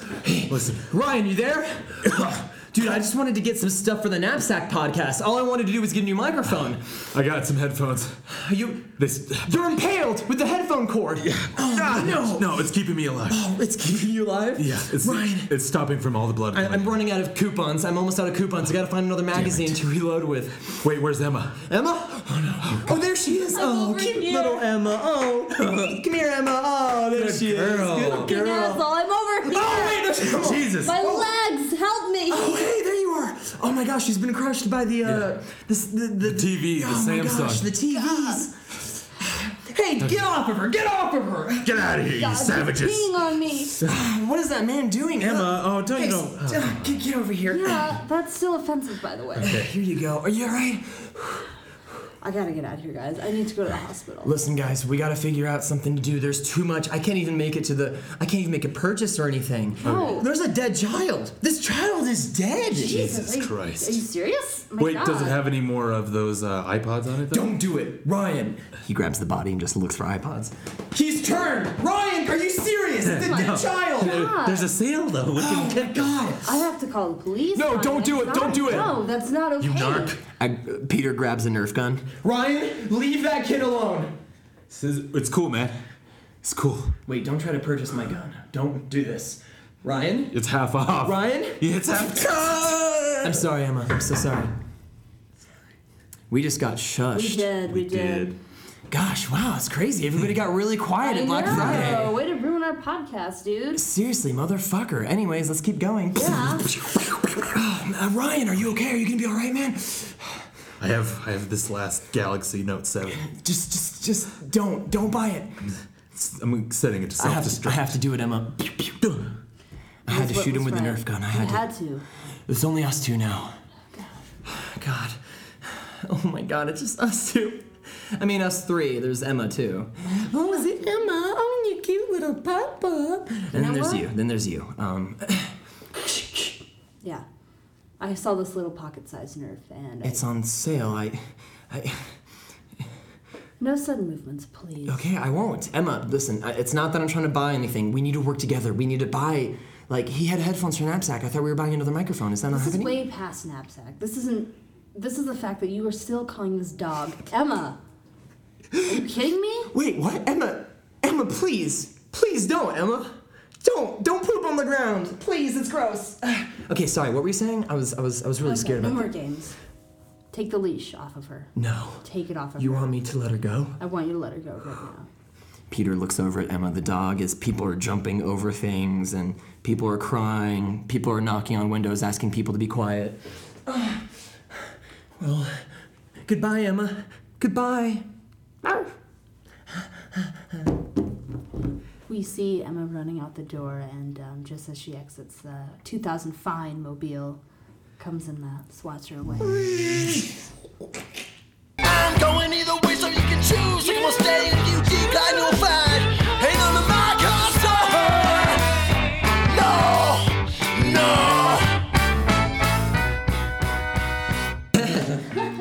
Speaker 12: Listen, Ryan, you there? *coughs* Dude, I just wanted to get some stuff for the Knapsack podcast. All I wanted to do was get a new microphone.
Speaker 3: I got some headphones.
Speaker 12: Are you
Speaker 3: This.
Speaker 12: You're impaled with the headphone cord. Oh,
Speaker 3: Ah, no. No, it's keeping me alive.
Speaker 12: It's keeping you alive.
Speaker 3: Yeah. It's,
Speaker 12: Ryan.
Speaker 3: It's stopping from all the blood.
Speaker 12: I, I'm
Speaker 3: coming.
Speaker 12: running out of coupons. I'm almost out of coupons. I gotta find another magazine to reload with.
Speaker 3: Wait, where's Emma?
Speaker 12: Emma? Oh no. Oh, there she is. oh,
Speaker 2: over
Speaker 12: cute
Speaker 2: here.
Speaker 12: little Emma. Oh, come here, Emma. Oh, there she is. Good
Speaker 2: Fucking
Speaker 12: girl.
Speaker 2: asshole, I'm over here.
Speaker 3: Jesus.
Speaker 2: My legs, help me!
Speaker 12: Oh, hey, there you are. Oh my gosh, she's been crushed by the uh, this, the, the,
Speaker 3: TV, the
Speaker 12: oh my gosh,
Speaker 3: Samsung.
Speaker 12: the TVs. Hey, get off of her! Get off of her!
Speaker 3: Get out of here, you
Speaker 2: God,
Speaker 3: savages.
Speaker 2: Peeing on me.
Speaker 12: What is that man doing?
Speaker 1: Emma, oh, don't you
Speaker 12: Hey,
Speaker 1: know.
Speaker 12: s- uh, get, get over here.
Speaker 2: Yeah, that's still offensive, by the way.
Speaker 12: Here you go. Are you alright?
Speaker 2: I gotta get out of here, guys. I need to go to the hospital.
Speaker 12: Listen, guys, we gotta figure out something to do. There's too much. I can't even make it to the. I can't even make a purchase or anything.
Speaker 2: No.
Speaker 12: There's a dead child. This child is dead.
Speaker 2: Oh, Jesus are you,
Speaker 3: Christ.
Speaker 2: Are you serious? Oh my
Speaker 3: Wait, does it
Speaker 2: God.
Speaker 3: have any more of those uh, iPods on it? Though?
Speaker 12: Don't do it, Ryan. He grabs the body and just looks for iPods.
Speaker 14: He's turned! Ryan, are you serious? It's a dead child!
Speaker 2: God.
Speaker 1: There's a sale, though. We can get
Speaker 12: God.
Speaker 2: I have to call the police.
Speaker 14: No,
Speaker 2: on
Speaker 14: don't do it,
Speaker 2: That's
Speaker 14: don't
Speaker 2: not-
Speaker 14: do it.
Speaker 2: No, that's not okay. You narc.
Speaker 12: I, Peter grabs a Nerf gun.
Speaker 14: Ryan, leave that kid alone!
Speaker 3: This is- It's cool, man. It's cool.
Speaker 12: Wait, don't try to purchase my gun. Don't do this. Ryan?
Speaker 3: It's half off.
Speaker 12: Ryan?
Speaker 3: Yeah, it's half.
Speaker 12: I'm sorry, Emma. I'm so sorry. We just got shushed.
Speaker 2: We did. We, did.
Speaker 12: Gosh, wow, it's crazy. Everybody got really quiet at Black
Speaker 2: I know.
Speaker 12: Friday.
Speaker 2: Way to ruin our podcast, dude.
Speaker 12: Seriously, motherfucker. Anyways, let's keep going.
Speaker 2: Yeah.
Speaker 12: Uh, Ryan, are you okay? Are you gonna be all right, man?
Speaker 3: I have I have this last Galaxy Note 7.
Speaker 12: Just, just, just don't, don't buy it.
Speaker 3: It's- I'm setting it to
Speaker 12: I have
Speaker 3: self
Speaker 12: to, I
Speaker 3: destruct.
Speaker 12: have to do it, Emma. I had to
Speaker 2: That's what
Speaker 12: shoot him
Speaker 2: was
Speaker 12: with a
Speaker 2: right.
Speaker 12: Nerf gun. I
Speaker 2: You
Speaker 12: had to.
Speaker 2: had to.
Speaker 12: It's only us two now. God, Oh my god, it's just us two. I mean, us three. There's Emma too.
Speaker 15: Oh, is it Emma? Oh, you cute little pop up.
Speaker 12: And then there's you. Then there's you. Um,
Speaker 2: Yeah. I saw this little pocket sized nerve and I-
Speaker 12: it's on sale. I, I.
Speaker 2: no sudden movements, please.
Speaker 12: Okay, I won't. Emma, listen, I- it's not that I'm trying to buy anything. We need to work together. We need to buy. Like, he had headphones for Knapsack. I thought we were buying another microphone. Is that not
Speaker 2: This is
Speaker 12: happening?
Speaker 2: way past knapsack. This isn't. This is the fact that you are still calling this dog Emma. Are you kidding me?
Speaker 16: Wait, what? Emma, Emma, please, please don't, Emma. Don't, don't poop on the ground. Please, it's gross.
Speaker 12: *sighs* Okay, sorry. What were you saying? I was, I was, I was really
Speaker 2: Okay,
Speaker 12: scared
Speaker 2: no
Speaker 12: about
Speaker 2: more
Speaker 12: that.
Speaker 2: games. Take the leash off of her.
Speaker 12: No.
Speaker 2: Take it off of
Speaker 12: You
Speaker 2: her.
Speaker 12: want me to let her go?
Speaker 2: I want you to let her go right now.
Speaker 12: Peter looks over at Emma the dog as people are jumping over things and people are crying. People are knocking on windows asking people to be quiet. *sighs* well, goodbye, Emma. Goodbye.
Speaker 2: We see Emma running out the door, and um, just as she exits, the 2000 fine mobile comes and uh, swats her away.
Speaker 9: I'm going either way, so you can choose. You will stay if you decline, you'll find. Ain't none of my concern. No, no.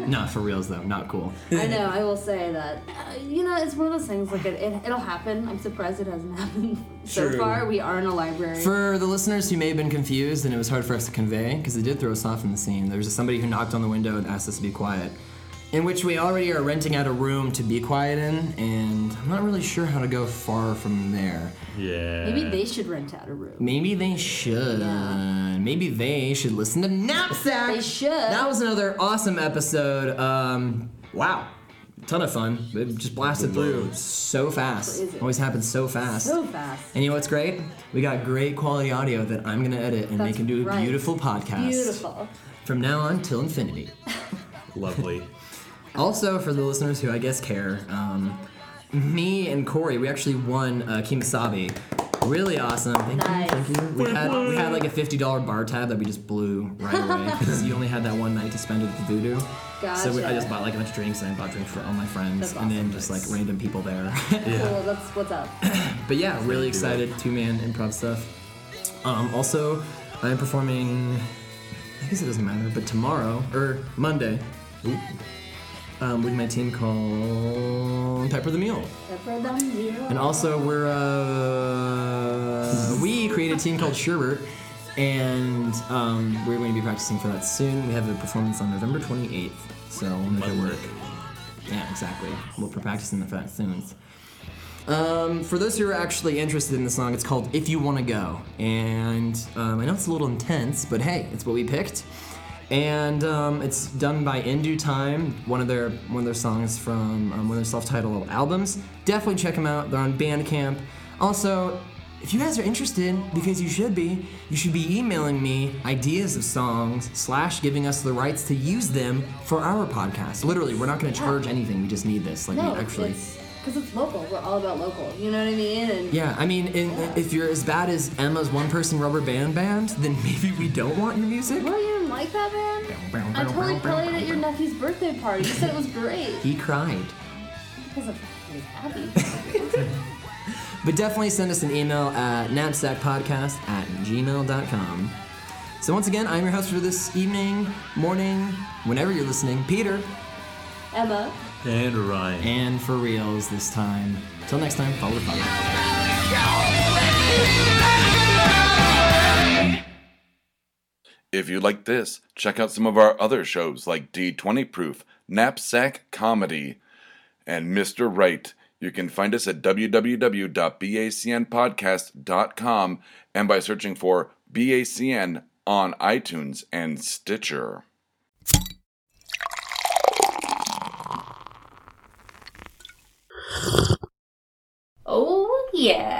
Speaker 12: Not for reals though. Not cool.
Speaker 2: I know, I will say that, uh, you know, it's one of those things, like, it, it, it'll happen. I'm surprised it hasn't *laughs* happened so
Speaker 12: True.
Speaker 2: far. We are in a library.
Speaker 12: For the listeners who may have been confused and it was hard for us to convey, because they did throw us off in the scene, there was somebody who knocked on the window and asked us to be quiet, in which we already are renting out a room to be quiet in, and I'm not really sure how to go far from there.
Speaker 3: Yeah.
Speaker 2: Maybe they should rent out a room.
Speaker 12: Maybe they should. Maybe they should listen to Knapsack.
Speaker 2: They should.
Speaker 12: That was another awesome episode. Um, wow. Ton of fun. It just blasted through so fast.
Speaker 2: Crazy.
Speaker 12: Always happens so fast.
Speaker 2: so fast.
Speaker 12: And you know what's great? We got great quality audio that I'm gonna edit and
Speaker 2: That's
Speaker 12: make into a
Speaker 2: right.
Speaker 12: beautiful podcast
Speaker 2: Beautiful.
Speaker 12: from now on till infinity.
Speaker 3: Lovely.
Speaker 12: Also, for the listeners who I guess care, um, me and Corey, we actually won uh, Kimasabi. Really awesome. Thank
Speaker 2: Nice.
Speaker 12: you. Thank you. We had, we had like a $50 bar tab that we just blew right
Speaker 2: *laughs*
Speaker 12: away because you only had that one night to spend at the voodoo. So we, I just
Speaker 2: Gotcha.
Speaker 12: bought like a bunch of drinks and I bought drinks for all my friends
Speaker 2: That's
Speaker 12: and then
Speaker 2: awesome.
Speaker 12: just like random people there.
Speaker 2: Cool, that's what's
Speaker 12: *coughs*
Speaker 2: up.
Speaker 12: But yeah, really excited. Two man improv stuff. Um, also, I'm performing. I guess it doesn't matter, but tomorrow or Monday, um, with my team called Pepper the Mule.
Speaker 2: Pepper down here.
Speaker 12: And also, we're uh, we created a team called Sherbert, and um, we're going to be practicing for that soon. We have a performance on November 28th, so we'll make it work. Yeah, exactly. We'll be practicing for that soon. Um, for those who are actually interested in the song, it's called "If You Want to Go," and um, I know it's a little intense, but hey, it's what we picked. And um, it's done by In Due Time, one of their one of their songs from um, one of their self-titled albums. Definitely check them out. They're on Bandcamp. Also, if you guys are interested, because you should be, you should be emailing me ideas of songs slash giving us the rights to use them for our podcast. Literally, we're not going to charge anything. We just need this. Like,
Speaker 2: no,
Speaker 12: we actually.
Speaker 2: because it's local. We're all about local. You know what I mean? And
Speaker 12: Yeah, I mean, in, if you're as bad as Emma's one-person rubber band band, then maybe we don't want your music.
Speaker 2: Well, you didn't like that man? I totally played at your nephew's birthday party. You said it was great.
Speaker 12: He cried.
Speaker 2: Because of he was happy.
Speaker 12: But definitely send us an email at knapsackpodcast at gmail.com. So once again, I'm your host for this evening, morning, whenever you're listening, Peter,
Speaker 2: Emma.
Speaker 3: and Ryan.
Speaker 12: and for reals this time. Till next time, follow the fun.
Speaker 17: If you like this, check out some of our other shows like D20 Proof, Knapsack Comedy, and Mr. Right. You can find us at www.bacnpodcast.com and by searching for BACN on iTunes and Stitcher.
Speaker 18: Oh, yeah.